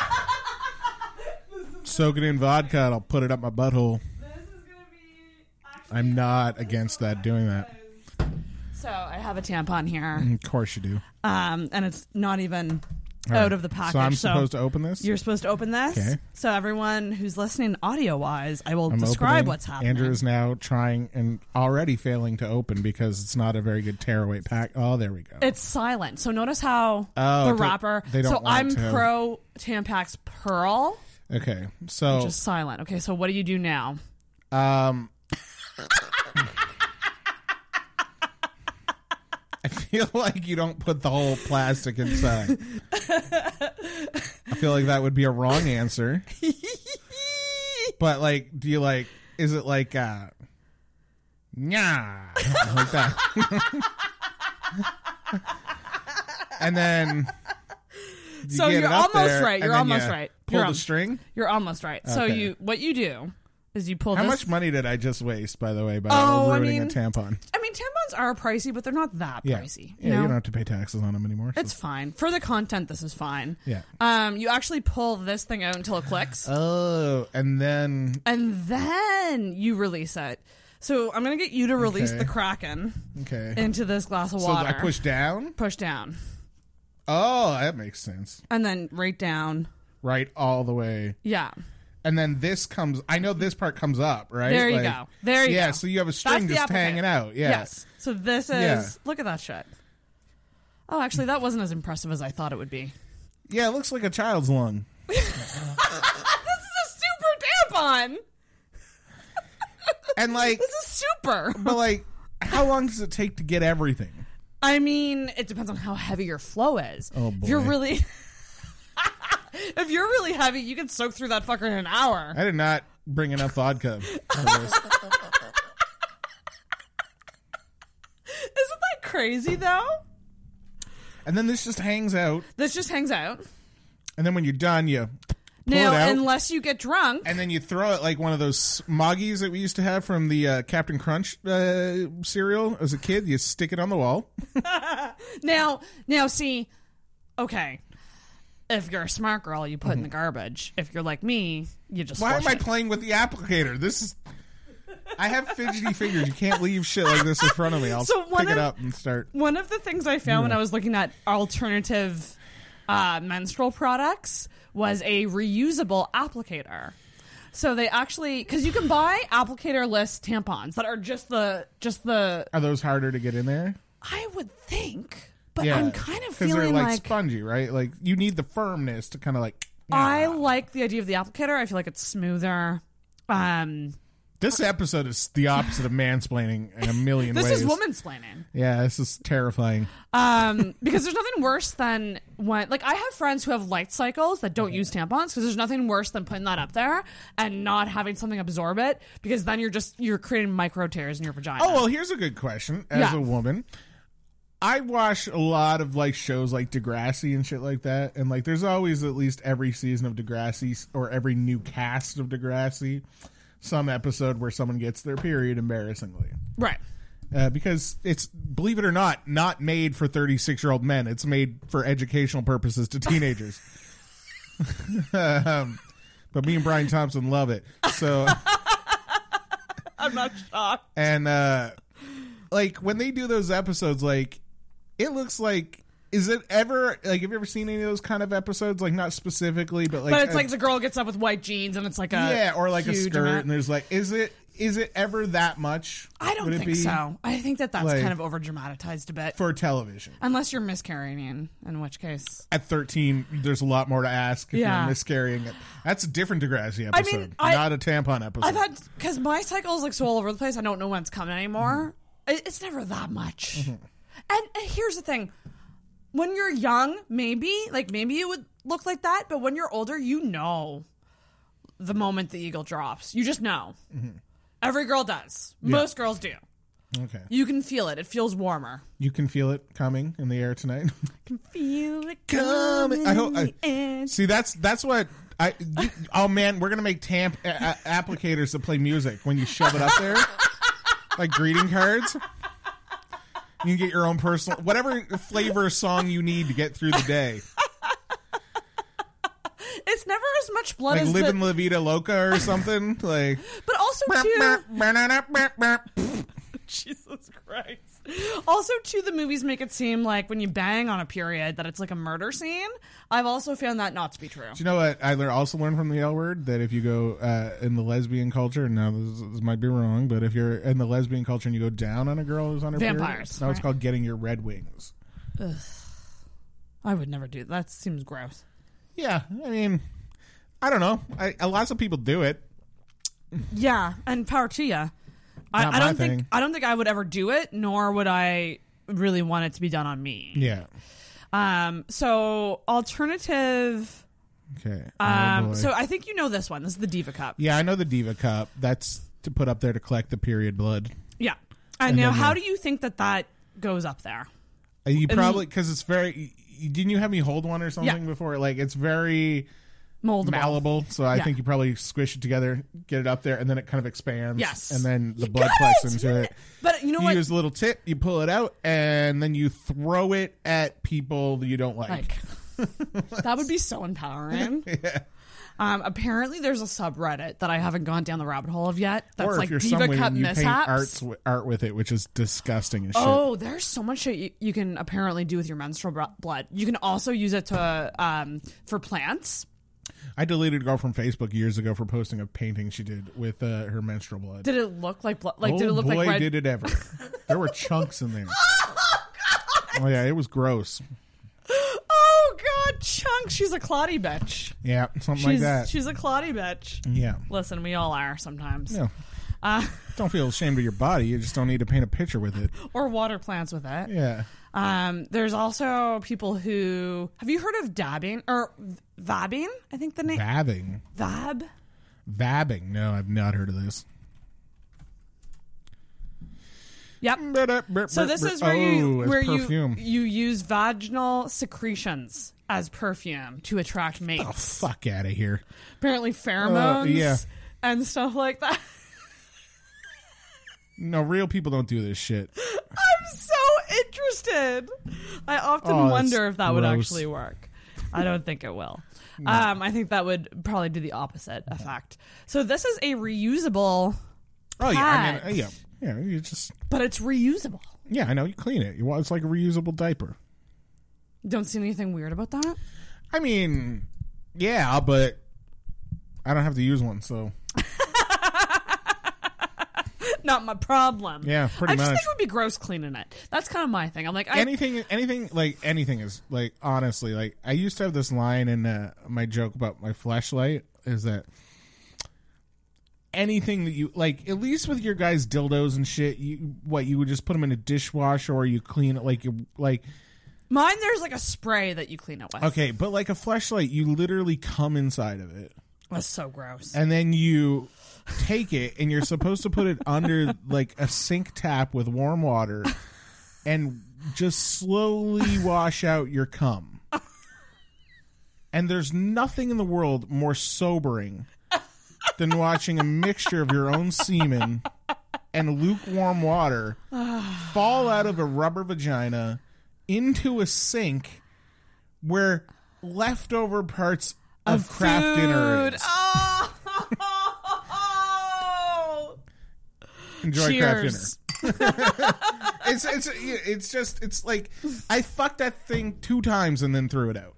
Speaker 2: Soak it in vodka. and I'll put it up my butthole. I'm not against that doing that.
Speaker 9: So, I have a tampon here.
Speaker 2: Of course you do.
Speaker 9: Um, and it's not even
Speaker 2: All
Speaker 9: out
Speaker 2: right.
Speaker 9: of the package.
Speaker 2: So I'm supposed to open this?
Speaker 9: You're supposed to open this.
Speaker 2: Okay.
Speaker 9: So everyone who's listening audio wise, I will
Speaker 2: I'm
Speaker 9: describe
Speaker 2: opening.
Speaker 9: what's happening.
Speaker 2: Andrew is now trying and already failing to open because it's not a very good tearaway pack. Oh, there we go.
Speaker 9: It's silent. So notice how
Speaker 2: Oh,
Speaker 9: the
Speaker 2: they-
Speaker 9: wrapper.
Speaker 2: they don't
Speaker 9: so
Speaker 2: want
Speaker 9: I'm
Speaker 2: it to-
Speaker 9: pro Tampax Pearl,
Speaker 2: Okay, so
Speaker 9: which is silent. Okay, so what do you do now?
Speaker 2: Um, I feel like you don't put the whole plastic inside. I feel like that would be a wrong answer. But like, do you like? Is it like, uh, nah, like that? and then. you
Speaker 9: so
Speaker 2: get it
Speaker 9: you're
Speaker 2: up
Speaker 9: almost
Speaker 2: there,
Speaker 9: right.
Speaker 2: and
Speaker 9: You're
Speaker 2: then
Speaker 9: almost
Speaker 2: you
Speaker 9: right.
Speaker 2: Pull
Speaker 9: you're
Speaker 2: the
Speaker 9: al-
Speaker 2: string.
Speaker 9: You're almost right. So
Speaker 2: Okay.
Speaker 9: you what you do is you pull
Speaker 2: How
Speaker 9: this.
Speaker 2: much money did I just waste, by the way, by
Speaker 9: Oh, I
Speaker 2: ruining
Speaker 9: mean-
Speaker 2: a tampon?
Speaker 9: I mean, tampons are pricey, but they're not that
Speaker 2: Yeah,
Speaker 9: pricey.
Speaker 2: yeah,
Speaker 9: you know?
Speaker 2: you don't have to pay taxes on them anymore. so-
Speaker 9: It's fine for the content. This is fine.
Speaker 2: Yeah.
Speaker 9: Um, you actually pull this thing out until it clicks.
Speaker 2: Oh, and then
Speaker 9: and then you release it. So I'm gonna get you to release
Speaker 2: Okay.
Speaker 9: the kraken
Speaker 2: okay,
Speaker 9: into this glass of
Speaker 2: so
Speaker 9: water.
Speaker 2: I push down.
Speaker 9: push down,
Speaker 2: Oh, that makes sense.
Speaker 9: and then right down.
Speaker 2: Right, all the way,
Speaker 9: Yeah,
Speaker 2: and then this comes. I know this part comes up, right?
Speaker 9: there you
Speaker 2: Like-
Speaker 9: go. There you
Speaker 2: yeah,
Speaker 9: go.
Speaker 2: so you have a
Speaker 9: That's
Speaker 2: string
Speaker 9: the
Speaker 2: just
Speaker 9: applicant.
Speaker 2: hanging out. Yeah.
Speaker 9: Yes. So this is.
Speaker 2: Yeah.
Speaker 9: Look at that shit. Oh, actually, that wasn't as impressive as I thought it would be.
Speaker 2: yeah, it looks like a child's lung.
Speaker 9: This is a super tampon.
Speaker 2: And like,
Speaker 9: This is super.
Speaker 2: but like, how long does it take to get everything?
Speaker 9: I mean, it depends on how heavy your flow is.
Speaker 2: Oh, boy.
Speaker 9: If you're really. if you're really heavy, you can soak through that fucker in an hour.
Speaker 2: I did not bring enough vodka. for this.
Speaker 9: Isn't that crazy though?
Speaker 2: and then this just hangs out,
Speaker 9: This just hangs out.
Speaker 2: and then when you're done, you pull it
Speaker 9: Now,
Speaker 2: out.
Speaker 9: unless you get drunk,
Speaker 2: and then you throw it like one of those moggies that we used to have from the uh, Captain Crunch uh, cereal as a kid. You stick it on the wall.
Speaker 9: now, now, see, okay. If you're a smart girl, you put in the
Speaker 2: Mm-hmm.
Speaker 9: garbage. If you're like me, you just
Speaker 2: Why am
Speaker 9: flush
Speaker 2: I
Speaker 9: it.
Speaker 2: playing with the applicator? This is. I have fidgety fingers. You can't leave shit like this in front of me. I'll
Speaker 9: So one
Speaker 2: pick it
Speaker 9: of-
Speaker 2: up and start.
Speaker 9: One of the things I found when I was looking at alternative uh, menstrual products was a reusable applicator. So they actually, because you can buy applicator-less tampons that are just the just the.
Speaker 2: Are those harder to get in there?
Speaker 9: I would think, but I'm kind of
Speaker 2: because they're
Speaker 9: feeling
Speaker 2: like,
Speaker 9: like
Speaker 2: spongy, right? Like you need the firmness to kind of like.
Speaker 9: I like the idea of the applicator. I feel like it's smoother. Um,
Speaker 2: This episode is the opposite of mansplaining in a million
Speaker 9: this
Speaker 2: ways.
Speaker 9: is woman's planning.
Speaker 2: Yeah, this is terrifying.
Speaker 9: Um, because there's nothing worse than when, like, I have friends who have light cycles that don't use tampons because there's nothing worse than putting that up there and not having something absorb it because then you're just you're creating micro tears in your vagina.
Speaker 2: Oh well, here's a good question. As
Speaker 9: Yeah.
Speaker 2: a woman, I watch a lot of like shows like Degrassi and shit like that, and like there's always at least every season of Degrassi s- or every new cast of Degrassi, some episode where someone gets their period embarrassingly.
Speaker 9: right.
Speaker 2: Uh, because it's believe it or not, not made for 36 year old men. It's made for educational purposes to teenagers. um, but me and Brian Thompson love it. So.
Speaker 9: I'm not shocked.
Speaker 2: and uh like when they do those episodes like it looks like is it ever like have you ever seen any of those kind of episodes like not specifically but like
Speaker 9: But it's
Speaker 2: a-
Speaker 9: like the girl gets up with white jeans and it's like a
Speaker 2: yeah or like a
Speaker 9: huge
Speaker 2: skirt
Speaker 9: amount-
Speaker 2: and there's like is it is it ever that much
Speaker 9: I don't
Speaker 2: Would it
Speaker 9: think
Speaker 2: be
Speaker 9: so. I think that that's
Speaker 2: like-
Speaker 9: kind of over dramatized a bit.
Speaker 2: for television
Speaker 9: Unless you're miscarrying, in which case
Speaker 2: at 13 there's a lot more to ask if
Speaker 9: Yeah.
Speaker 2: you're miscarrying it that's a different degrassi episode
Speaker 9: I mean, I-
Speaker 2: not a tampon episode
Speaker 9: I've had because my cycle's like so all over the place. I don't know when it's coming anymore. I- It's never that much. And, and here's the thing: when you're young, maybe like maybe it would look like that, but when you're older, you know Mm-hmm. the moment the eagle drops. You just know. Every girl does. Most girls do.
Speaker 2: Okay.
Speaker 9: You can feel it. It feels warmer.
Speaker 2: You can feel it coming in the air tonight.
Speaker 9: Feel it
Speaker 2: I hope. I, see, that's that's what I. You, oh man, we're gonna make tamp a, a- applicators that play music when you shove it up there, like greeting cards. You can get your own personal whatever flavor song you need to get through the day,
Speaker 9: It's never as much blood
Speaker 2: like
Speaker 9: as
Speaker 2: "Living
Speaker 9: the,
Speaker 2: La Vida Loca" or something. Like,
Speaker 9: but also too. Jesus Christ. Also, too, the movies make it seem like when you bang on a period that it's like a murder scene. I've also found that not to be true.
Speaker 2: Do you know what I learned, also learned from the L word? That if you go uh, in the lesbian culture, now this, this might be wrong, but if you're in the lesbian culture and you go down on a girl who's on her period,
Speaker 9: Vampires,
Speaker 2: now it's
Speaker 9: right.
Speaker 2: called getting your red wings.
Speaker 9: Ugh. I would never do that. That seems gross.
Speaker 2: Yeah, I mean, I don't know. I, uh, lots of people do it.
Speaker 9: Yeah, and power to you. I,
Speaker 2: Not
Speaker 9: I
Speaker 2: my
Speaker 9: don't think
Speaker 2: thing.
Speaker 9: I don't think I would ever do it, nor would I really want it to be done on me.
Speaker 2: Yeah.
Speaker 9: Um. So alternative.
Speaker 2: Okay. Oh,
Speaker 9: Um.
Speaker 2: boy.
Speaker 9: so I think you know this one. This is the Diva Cup.
Speaker 2: yeah, I know the diva cup. That's to put up there to collect the period blood.
Speaker 9: Yeah. And,
Speaker 2: And
Speaker 9: now,
Speaker 2: then
Speaker 9: how
Speaker 2: the-
Speaker 9: do you think that that goes up there?
Speaker 2: Uh, You
Speaker 9: And-
Speaker 2: probably because it's very. You, didn't you have me hold one or something before? Like it's very
Speaker 9: Moldable.
Speaker 2: malleable. So I
Speaker 9: Yeah.
Speaker 2: think you probably squish it together, get it up there, and then it kind of expands.
Speaker 9: Yes.
Speaker 2: and then the
Speaker 9: You
Speaker 2: blood
Speaker 9: got
Speaker 2: collects
Speaker 9: it!
Speaker 2: into it.
Speaker 9: But you know
Speaker 2: you
Speaker 9: what?
Speaker 2: use a little tip, you pull it out, and then you throw it at people that you don't like.
Speaker 9: Like, that would be so empowering. Um, apparently, there's a subreddit that I haven't gone down the rabbit hole of yet. That's
Speaker 2: or if
Speaker 9: like
Speaker 2: you're
Speaker 9: Diva
Speaker 2: someone
Speaker 9: Cup
Speaker 2: you paint
Speaker 9: mishaps.
Speaker 2: arts, wi- art with it, which is disgusting as shit.
Speaker 9: Oh, there's so much that you, you can apparently do with your menstrual bro- blood. You can also use it to um, for plants.
Speaker 2: I deleted a girl from Facebook years ago for posting a painting she did with uh, her menstrual blood.
Speaker 9: Did it look like blood? Like
Speaker 2: oh
Speaker 9: did it look
Speaker 2: boy,
Speaker 9: like red?
Speaker 2: did it ever. there were chunks in there. Oh yeah, it was gross.
Speaker 9: Oh God, chunk! She's a cloddy bitch.
Speaker 2: Yeah, something
Speaker 9: she's
Speaker 2: like that. Mm.
Speaker 9: she's a cloddy bitch.
Speaker 2: Yeah.
Speaker 9: Listen, we all are sometimes.
Speaker 2: No.
Speaker 9: Uh,
Speaker 2: Don't feel ashamed of your body. You just don't need to paint a picture with it.
Speaker 9: or water plants with it.
Speaker 2: Yeah.
Speaker 9: Um, there's also people who have you heard of dabbing or vabbing? I think the name
Speaker 2: Vabbing.
Speaker 9: vab.
Speaker 2: Vabbing. No, I've not heard of this.
Speaker 9: Yep. So this is where
Speaker 2: Oh,
Speaker 9: you
Speaker 2: it's
Speaker 9: where
Speaker 2: perfume.
Speaker 9: you you use vaginal secretions as perfume to attract mates.
Speaker 2: Fuck out of here.
Speaker 9: Apparently pheromones
Speaker 2: Uh, yeah.
Speaker 9: and stuff like that.
Speaker 2: No, real people don't do this shit.
Speaker 9: I'm so interested. I often
Speaker 2: Oh, that's
Speaker 9: wonder if that would
Speaker 2: gross.
Speaker 9: actually work. I don't think it will.
Speaker 2: No.
Speaker 9: Um, I think that would probably do the opposite effect. So this is a reusable.
Speaker 2: Oh yeah, I mean,
Speaker 9: pad,
Speaker 2: uh, yeah, yeah. You just
Speaker 9: But it's reusable.
Speaker 2: yeah. I know you clean it. You wa- It's like a reusable diaper.
Speaker 9: Don't see anything weird about that.
Speaker 2: I mean, yeah, but I don't have to use one, so
Speaker 9: Not my problem.
Speaker 2: Yeah, pretty
Speaker 9: I just
Speaker 2: much.
Speaker 9: think it would be gross cleaning it. That's kind of my thing. I'm like, I,
Speaker 2: anything anything like anything is like honestly like i used to have this line in uh, my joke about my flashlight is that anything that you like at least with your guys dildos and shit you what you would just put them in a dishwasher or you clean it like you like
Speaker 9: mine. There's like a spray that you clean it with.
Speaker 2: okay but like a flashlight you literally come inside of it
Speaker 9: that's so gross.
Speaker 2: and then you take it and you're supposed to put it under like a sink tap with warm water and just slowly wash out your cum. And there's nothing in the world more sobering than watching a mixture of your own semen and lukewarm water fall out of a rubber vagina into a sink where leftover parts of, craft dinner
Speaker 9: Food.
Speaker 2: is.
Speaker 9: Oh.
Speaker 2: enjoy
Speaker 9: Cheers.
Speaker 2: craft dinner. it's it's it's just it's like I fucked that thing two times and then threw it out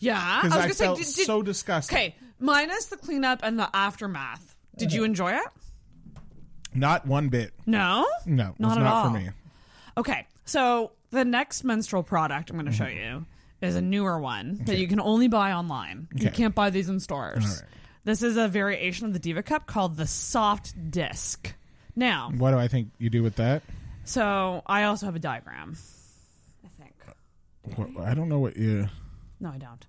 Speaker 9: Yeah, I
Speaker 2: because
Speaker 9: was
Speaker 2: I,
Speaker 9: gonna
Speaker 2: felt
Speaker 9: say, did, did-
Speaker 2: so disgusted.
Speaker 9: okay, minus the cleanup and the aftermath. Did
Speaker 2: Mm.
Speaker 9: you enjoy it?
Speaker 2: Not one bit.
Speaker 9: No,
Speaker 2: No, it's
Speaker 9: not at
Speaker 2: not
Speaker 9: all.
Speaker 2: for me.
Speaker 9: Okay, so the next menstrual product I'm going to show
Speaker 2: Mm-hmm.
Speaker 9: you is a newer one that you can only buy online. You
Speaker 2: Okay.
Speaker 9: can't buy these in stores.
Speaker 2: All right.
Speaker 9: This is a variation of the Diva Cup called the Soft Disc. Now,
Speaker 2: What do I think you do with that?
Speaker 9: so I also have a diagram.
Speaker 2: What, I don't know what you
Speaker 9: No, I don't.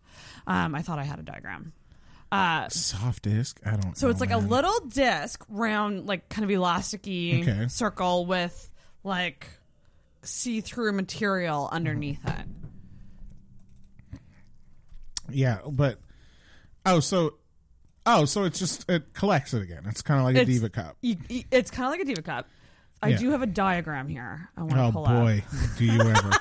Speaker 9: Um, I thought I had a diagram. Uh,
Speaker 2: soft disk. I don't.
Speaker 9: So it's
Speaker 2: know,
Speaker 9: like a
Speaker 2: man.
Speaker 9: little disc, round, like kind of elasticy
Speaker 2: Okay.
Speaker 9: circle with like see through material underneath it.
Speaker 2: Yeah, but oh, so oh, so it's just it collects it again. It's kind of like a
Speaker 9: It's-
Speaker 2: diva cup.
Speaker 9: y- y- it's kind of like a diva cup. I
Speaker 2: Yeah.
Speaker 9: do have a diagram here. I want to
Speaker 2: Oh
Speaker 9: pull up.
Speaker 2: boy, do you ever?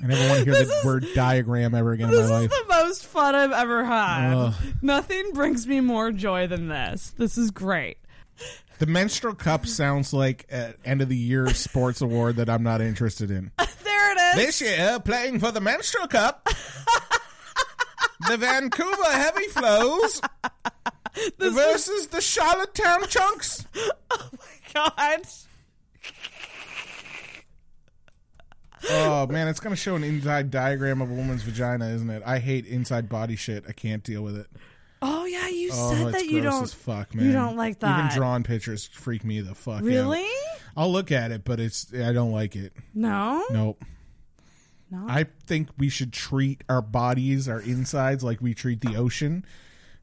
Speaker 2: I never want to hear the word diagram ever again in my
Speaker 9: This is
Speaker 2: life.
Speaker 9: the most fun I've ever had.
Speaker 2: Ugh.
Speaker 9: Nothing brings me more joy than this. This is great.
Speaker 2: The menstrual cup
Speaker 9: Mm-hmm.
Speaker 2: sounds like an end of the year sports award that I'm not interested in.
Speaker 9: There it is.
Speaker 2: This year, playing for the menstrual cup, the Vancouver Heavy Flows versus the Charlottetown Chunks.
Speaker 9: God.
Speaker 2: Oh man, it's gonna show an inside diagram of a woman's vagina, isn't it? I hate inside body shit. I can't deal with it.
Speaker 9: Oh yeah, you
Speaker 2: oh,
Speaker 9: said
Speaker 2: it's
Speaker 9: that you
Speaker 2: gross
Speaker 9: don't.
Speaker 2: as fuck, man.
Speaker 9: You don't like that.
Speaker 2: Even drawn pictures freak me the fuck. out.
Speaker 9: Really?
Speaker 2: I'll look at it, but it's I don't like it.
Speaker 9: No.
Speaker 2: Nope.
Speaker 9: No?
Speaker 2: I think we should treat our bodies, our insides, like we treat the ocean.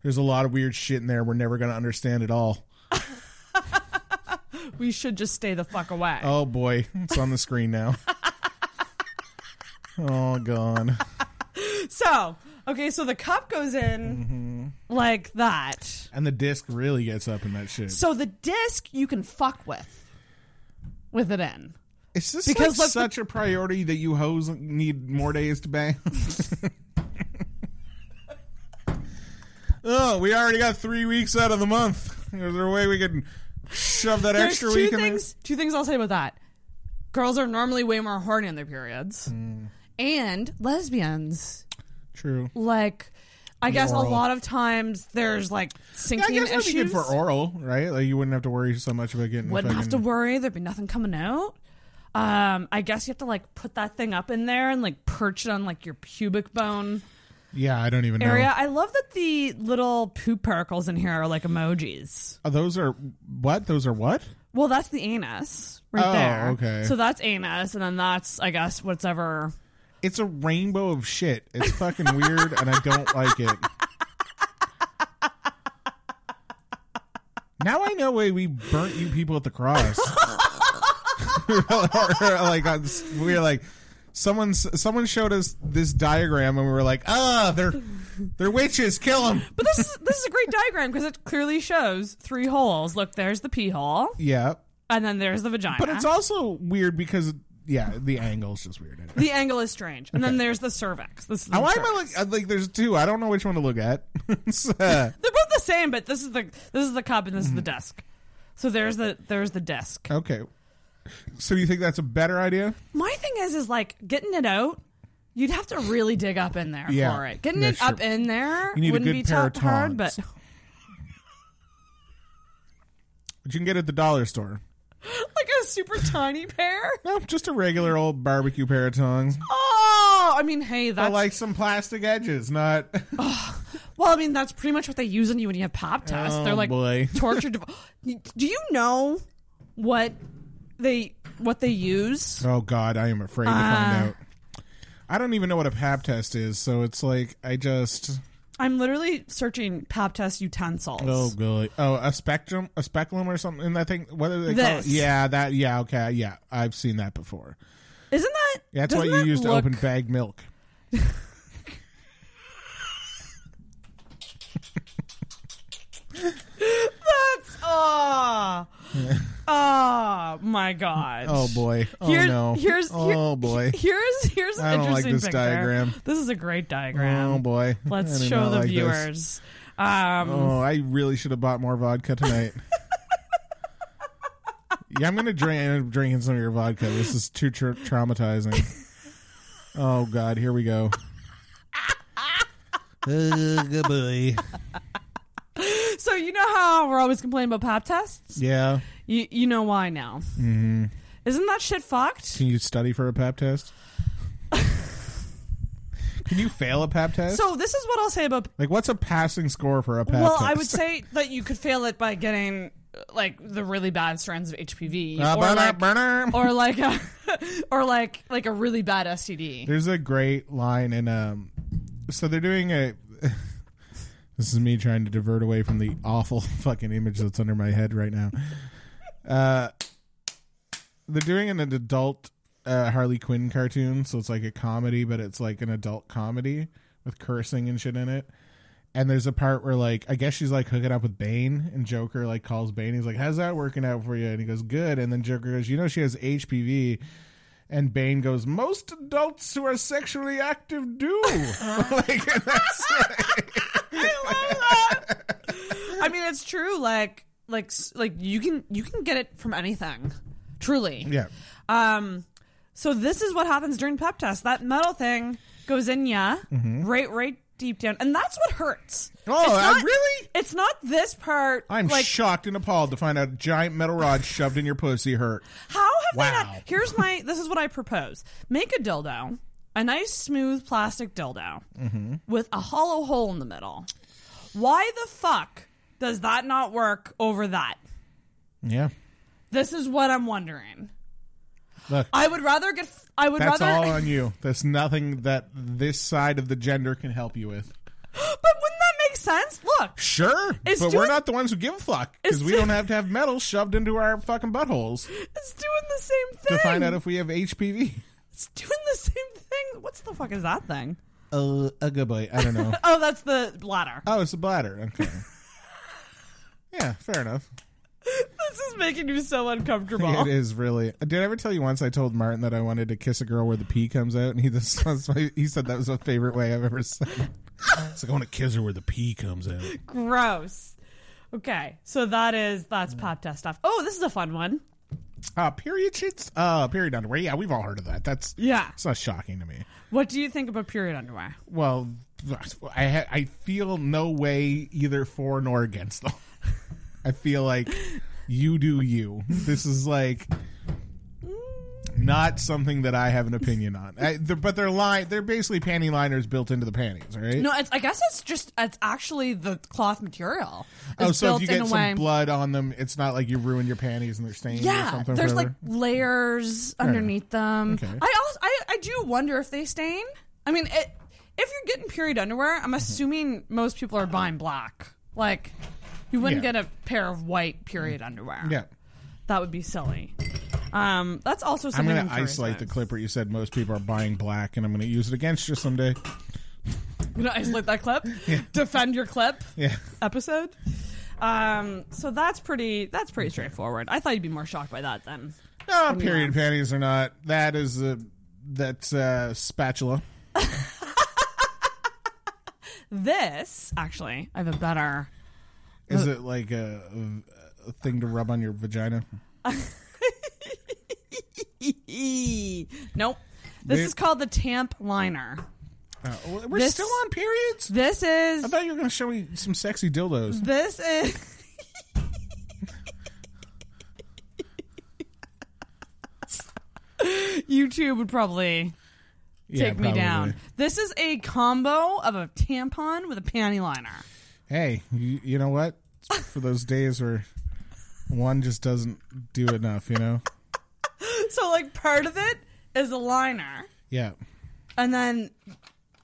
Speaker 2: There's a lot of weird shit in there we're never going to understand at all.
Speaker 9: We should just stay the fuck away.
Speaker 2: Oh boy, it's on the screen now. oh god.
Speaker 9: So okay, so the cup goes in
Speaker 2: Mm-hmm.
Speaker 9: like that.
Speaker 2: And the disc really gets up in that shit.
Speaker 9: So the disc you can fuck with, with it in.
Speaker 2: Is this
Speaker 9: Because
Speaker 2: like
Speaker 9: let's-
Speaker 2: such a priority that you hoes need more days to bang? oh, we already got three weeks out of the month. Is there a way we could shove that
Speaker 9: There's
Speaker 2: extra
Speaker 9: two
Speaker 2: week in there?
Speaker 9: things. Two things I'll say about that. Girls are normally way more horny in their periods, and lesbians
Speaker 2: True.
Speaker 9: like. I guess a
Speaker 2: Oral.
Speaker 9: lot of times there's like
Speaker 2: Yeah, I
Speaker 9: sinking
Speaker 2: guess that'd be good
Speaker 9: issues.
Speaker 2: for oral, right? Like you wouldn't have to worry so much about getting.
Speaker 9: Wouldn't have to
Speaker 2: fucking-
Speaker 9: worry. There'd be nothing coming out. Um, I guess you have to like put that thing up in there and like perch it on like your pubic bone
Speaker 2: Yeah, I don't even know.
Speaker 9: area. I love that the little poop particles in here are like emojis.
Speaker 2: Oh, those are what? Those are what?
Speaker 9: Well, that's the anus right
Speaker 2: Oh,
Speaker 9: there.
Speaker 2: okay.
Speaker 9: So that's anus, and then that's I guess whatever.
Speaker 2: It's a rainbow of shit. It's fucking weird, and I don't like it. Now I know why we burnt you people at the cross. like on- we were like, someone someone showed us this diagram, and we were like, ah, they're they're witches. Kill them.
Speaker 9: But this is this is a great diagram because it clearly shows three holes. Look, there's the pee hole,
Speaker 2: Yeah.
Speaker 9: and then there's the vagina.
Speaker 2: But it's also weird because yeah, the angle's just weird.
Speaker 9: the angle is strange, and then there's the cervix. This is
Speaker 2: Oh,
Speaker 9: the
Speaker 2: why am
Speaker 9: cervix.
Speaker 2: I like, I- like? There's two. I don't know which one to look at. It's, uh,
Speaker 9: They're both the same, but this is the this is the cup and this is the
Speaker 2: Mm-hmm.
Speaker 9: desk. So there's the there's the desk.
Speaker 2: okay. So you think that's a better idea?
Speaker 9: My thing is is like getting it out. You'd have to really dig up in there
Speaker 2: Yeah,
Speaker 9: for it. Getting
Speaker 2: yeah,
Speaker 9: it
Speaker 2: sure.
Speaker 9: up in there
Speaker 2: You need a
Speaker 9: wouldn't
Speaker 2: good
Speaker 9: be
Speaker 2: pair of
Speaker 9: top hard,
Speaker 2: tongs.
Speaker 9: but
Speaker 2: But you can get it at the dollar store.
Speaker 9: like a super tiny pair.
Speaker 2: No, just a regular old barbecue pair of tongs.
Speaker 9: Oh, I mean, hey,
Speaker 2: I
Speaker 9: that's
Speaker 2: like some plastic edges, not
Speaker 9: well. I mean, that's pretty much what they use on you when you have pop tests.
Speaker 2: Oh,
Speaker 9: They're like
Speaker 2: boy.
Speaker 9: torture. Dev- Do you know what they what they use?
Speaker 2: Oh God, I am afraid to
Speaker 9: Uh.
Speaker 2: find out. I don't even know what a pap test is, so it's like I just
Speaker 9: I'm literally searching pop test utensils.
Speaker 2: oh god oh a spectrum a speculum or something. That thing, what do they call it?
Speaker 9: This.
Speaker 2: Yeah, that yeah okay yeah I've seen that before.
Speaker 9: Isn't that?
Speaker 2: Yeah, that's
Speaker 9: doesn't
Speaker 2: what
Speaker 9: that
Speaker 2: you use to
Speaker 9: look-
Speaker 2: open bag milk.
Speaker 9: That's oh, oh my god.
Speaker 2: Oh boy. Oh
Speaker 9: Here's,
Speaker 2: no.
Speaker 9: Here's here-
Speaker 2: oh boy.
Speaker 9: Here's here's an
Speaker 2: I don't like
Speaker 9: interesting
Speaker 2: this
Speaker 9: picture.
Speaker 2: diagram.
Speaker 9: This is a great diagram.
Speaker 2: Oh boy. I
Speaker 9: Let's
Speaker 2: do
Speaker 9: show
Speaker 2: not
Speaker 9: the
Speaker 2: like this.
Speaker 9: viewers. Um,
Speaker 2: Oh, I really should have bought more vodka tonight. yeah, I'm gonna drink end up drinking some of your vodka. This is too tra- traumatizing. oh God, here we go. Uh, good boy.
Speaker 9: So you know how we're always complaining about pop tests?
Speaker 2: Yeah.
Speaker 9: You you know why now? Mm-hmm. Isn't that shit fucked?
Speaker 2: Can you study for a pap test? Can you fail a pap test?
Speaker 9: So this is what I'll say about.
Speaker 2: like, what's a passing score for a pap
Speaker 9: well,
Speaker 2: test?
Speaker 9: I would say that you could fail it by getting uh, like the really bad strands of HPV,
Speaker 2: Uh,
Speaker 9: or,
Speaker 2: burner,
Speaker 9: like,
Speaker 2: burner.
Speaker 9: or like a, or like like a really bad STD.
Speaker 2: There's a great line in um so they're doing a this is me trying to divert away from the awful fucking image that's under my head right now. Uh, they're doing an adult uh, Harley Quinn cartoon, so it's like a comedy, but it's like an adult comedy with cursing and shit in it. And there's a part where like I guess she's like hooking up with Bane, and Joker like calls Bane. He's like, "How's that working out for you?" And he goes, "Good." And then Joker goes, "You know she has HPV." And Bane goes, "Most adults who are sexually active do." like and that's
Speaker 9: I mean, it's true. Like, like, s- like you can you can get it from anything. Truly.
Speaker 2: yeah.
Speaker 9: Um. So this is what happens during pep tests. That metal thing goes in ya, right, right deep down, and that's what hurts.
Speaker 2: Mm-hmm. Oh,
Speaker 9: It's
Speaker 2: uh,
Speaker 9: not-
Speaker 2: really?
Speaker 9: It's not this part.
Speaker 2: I'm
Speaker 9: like,
Speaker 2: shocked and appalled to find out a giant metal rod shoved in your pussy hurt.
Speaker 9: How have
Speaker 2: Wow.
Speaker 9: they not? Here's my. This is what I propose: make a dildo, a nice smooth plastic dildo
Speaker 2: Mm-hmm.
Speaker 9: with a hollow hole in the middle. Why the fuck does that not work over that?
Speaker 2: Yeah.
Speaker 9: This is what I'm wondering.
Speaker 2: Look.
Speaker 9: I would rather get. I would
Speaker 2: That's
Speaker 9: rather.
Speaker 2: all on you. That's nothing that this side of the gender can help you with.
Speaker 9: but wouldn't that make sense? Look,
Speaker 2: Sure,
Speaker 9: It's
Speaker 2: but we're
Speaker 9: doing-
Speaker 2: not the ones who give a fuck
Speaker 9: It's
Speaker 2: because we
Speaker 9: do-
Speaker 2: don't have to have metal shoved into our fucking buttholes
Speaker 9: it's doing the same thing.
Speaker 2: to find out if we have HPV.
Speaker 9: it's doing the same thing. What's the fuck is that thing?
Speaker 2: Uh, a good boy. I don't know.
Speaker 9: Oh, that's the bladder.
Speaker 2: oh, it's a bladder. Okay. Yeah, fair enough.
Speaker 9: This is making you so
Speaker 2: It
Speaker 9: uncomfortable.
Speaker 2: is really. Did I ever tell you once I told Martin that I wanted to kiss a girl where the pee comes out, and he just that's my, he said that was my favorite way I've ever said. it. It's like I want to kiss her where the pee comes out.
Speaker 9: Gross. Okay, so that is that's pop test stuff. Oh, this is a fun one.
Speaker 2: Uh, period shits. Uh, period underwear. Yeah, we've all heard of that. That's
Speaker 9: Yeah.
Speaker 2: It's not shocking to me.
Speaker 9: What do you think about period underwear?
Speaker 2: Well, I ha- I feel no way either for nor against them. I feel like you do you. This is like not something that I have an opinion on. I, they're, but they're line. They're basically panty liners built into the panties, right?
Speaker 9: No, it's I guess it's just it's actually the cloth material. It's
Speaker 2: Oh, so
Speaker 9: built
Speaker 2: if you
Speaker 9: in
Speaker 2: get
Speaker 9: a
Speaker 2: some
Speaker 9: way.
Speaker 2: blood on them, it's not like you ruin your panties and they're stained or
Speaker 9: yeah,
Speaker 2: something.
Speaker 9: there's like
Speaker 2: forever.
Speaker 9: layers underneath them.
Speaker 2: Okay.
Speaker 9: I also I, I do wonder if they stain. I mean, it, if you're getting period underwear,
Speaker 2: Mm-hmm.
Speaker 9: I'm assuming most people are buying black. Like, you wouldn't
Speaker 2: Yeah. Mm.
Speaker 9: get a pair of white period underwear.
Speaker 2: yeah.
Speaker 9: that would be silly. Um, that's also
Speaker 2: I'm
Speaker 9: something
Speaker 2: going
Speaker 9: I'm
Speaker 2: to
Speaker 9: curious
Speaker 2: isolate
Speaker 9: about.
Speaker 2: the clip where you said most people are buying black, and I'm going to use it against you someday.
Speaker 9: gonna isolate that clip. Defend your clip
Speaker 2: Yeah.
Speaker 9: episode. Um, so that's pretty. That's pretty straightforward. I thought you'd be more shocked by that then.
Speaker 2: No, period panties are not. That is a that's a spatula.
Speaker 9: This actually, I have a better.
Speaker 2: Is it like a, a thing to rub on your vagina?
Speaker 9: nope. This
Speaker 2: They-
Speaker 9: is called the tamp liner.
Speaker 2: Uh, we're
Speaker 9: This-
Speaker 2: still on periods.
Speaker 9: This
Speaker 2: I
Speaker 9: is.
Speaker 2: thought you were going to show me some sexy dildos.
Speaker 9: This is. YouTube would probably
Speaker 2: Yeah,
Speaker 9: take me down.
Speaker 2: probably.
Speaker 9: This is a combo of a tampon with a panty liner.
Speaker 2: Hey, you, you know what? For those days where one just doesn't do enough, you know.
Speaker 9: So like part of it is a liner,
Speaker 2: Yeah.
Speaker 9: and then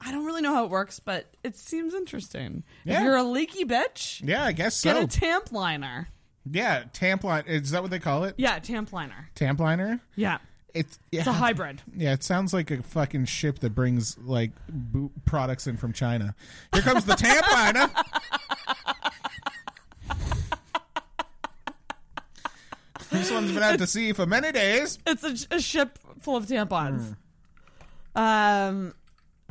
Speaker 9: I don't really know how it works, but it seems interesting.
Speaker 2: Yeah.
Speaker 9: If you're a leaky bitch,
Speaker 2: Yeah, I guess
Speaker 9: get
Speaker 2: so.
Speaker 9: a tamp liner.
Speaker 2: yeah, tampline. Is that what they call it?
Speaker 9: Yeah, tamp liner.
Speaker 2: Tampliner.
Speaker 9: Yeah,
Speaker 2: It's yeah.
Speaker 9: it's a hybrid.
Speaker 2: Yeah, it sounds like a fucking ship that brings like boot products in from China. Here comes the tampon. this one's been out to sea for many days.
Speaker 9: It's a, a ship full of tampons.
Speaker 2: Hmm.
Speaker 9: Um,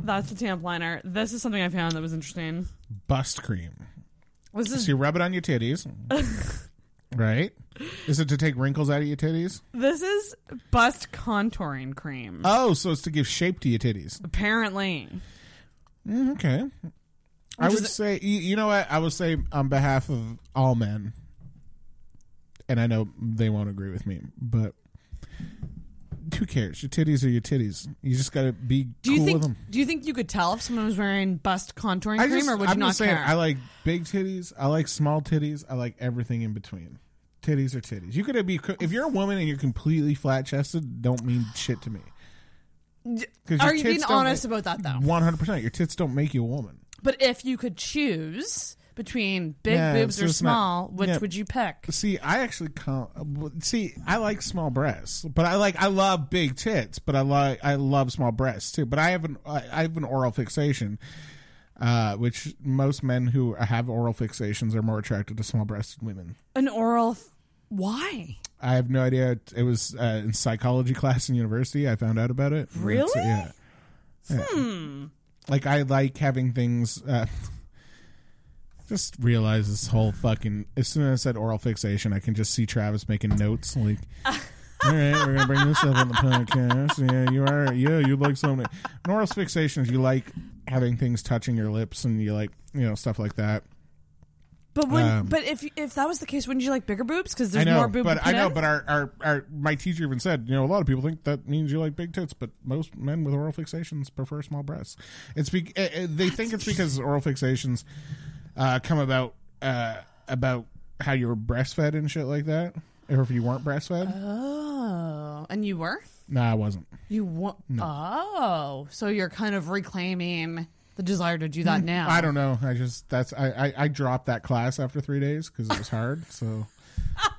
Speaker 9: that's the tamp liner. This is something I found that was interesting.
Speaker 2: Bust cream.
Speaker 9: This
Speaker 2: So
Speaker 9: is
Speaker 2: you rub it on your titties, right? Is it to take wrinkles out of your titties?
Speaker 9: this is bust contouring cream.
Speaker 2: Oh, so it's to give shape to your titties.
Speaker 9: Apparently,
Speaker 2: Mm, Okay. I
Speaker 9: Which
Speaker 2: would
Speaker 9: is-
Speaker 2: say, you you know what? I would say on behalf of all men, and I know they won't agree with me, but who cares? Your titties are your titties. You just got to be
Speaker 9: do
Speaker 2: cool
Speaker 9: you
Speaker 2: with them.
Speaker 9: think do you think you could tell if someone was wearing bust contouring
Speaker 2: I
Speaker 9: cream,
Speaker 2: just,
Speaker 9: or would you
Speaker 2: I'm
Speaker 9: not
Speaker 2: just saying,
Speaker 9: care?
Speaker 2: I like big titties. I like small titties. I like everything in between. Titties are titties. You could be if you're a woman and you're completely flat chested. Don't mean shit to me. 'Cause your
Speaker 9: Are you being
Speaker 2: tits don't
Speaker 9: honest
Speaker 2: make-
Speaker 9: about that though?
Speaker 2: One hundred percent. Your tits don't make you a woman.
Speaker 9: But if you could choose, between big
Speaker 2: Yeah,
Speaker 9: boobs
Speaker 2: it's
Speaker 9: or
Speaker 2: just not-
Speaker 9: small. which
Speaker 2: yeah.
Speaker 9: would you pick?
Speaker 2: See, I actually can't. See, I like small breasts, but I like I love big tits, but I like I love small breasts too. But I have an I I have an oral fixation, uh, which most men who have oral fixations are more attracted to small breasted women.
Speaker 9: An oral. F- Why?
Speaker 2: I have no idea. It- It was uh, in psychology class in university. I found out about it. That's-
Speaker 9: Really?
Speaker 2: Yeah. Yeah.
Speaker 9: Hmm.
Speaker 2: Like I like having things. Uh, just realize this whole fucking. As soon as I said oral fixation, I can just see Travis making notes. Like, all right, we're gonna bring this up on the podcast. Yeah, you are. Yeah, you like something. An oral fixation is you like having things touching your lips, and you like you know stuff like that.
Speaker 9: But when,
Speaker 2: Um,
Speaker 9: but if if that was the case, wouldn't you like bigger boobs? Because there's
Speaker 2: I know,
Speaker 9: more boob.
Speaker 2: but I know,
Speaker 9: dependent?
Speaker 2: but our, our our my teacher even said, you know, a lot of people think that means you like big tits, but most men with oral fixations prefer small breasts. It's be- eh, eh, they think it's because oral fixations uh, come about uh, about how you were breastfed and shit like that, or if you weren't breastfed.
Speaker 9: oh, and you were
Speaker 2: no, nah, I wasn't.
Speaker 9: you want? Oh, so you're kind of reclaiming the desire to do that now.
Speaker 2: Mm, I don't know. I just that's I I, I dropped that class after three days because it was hard. so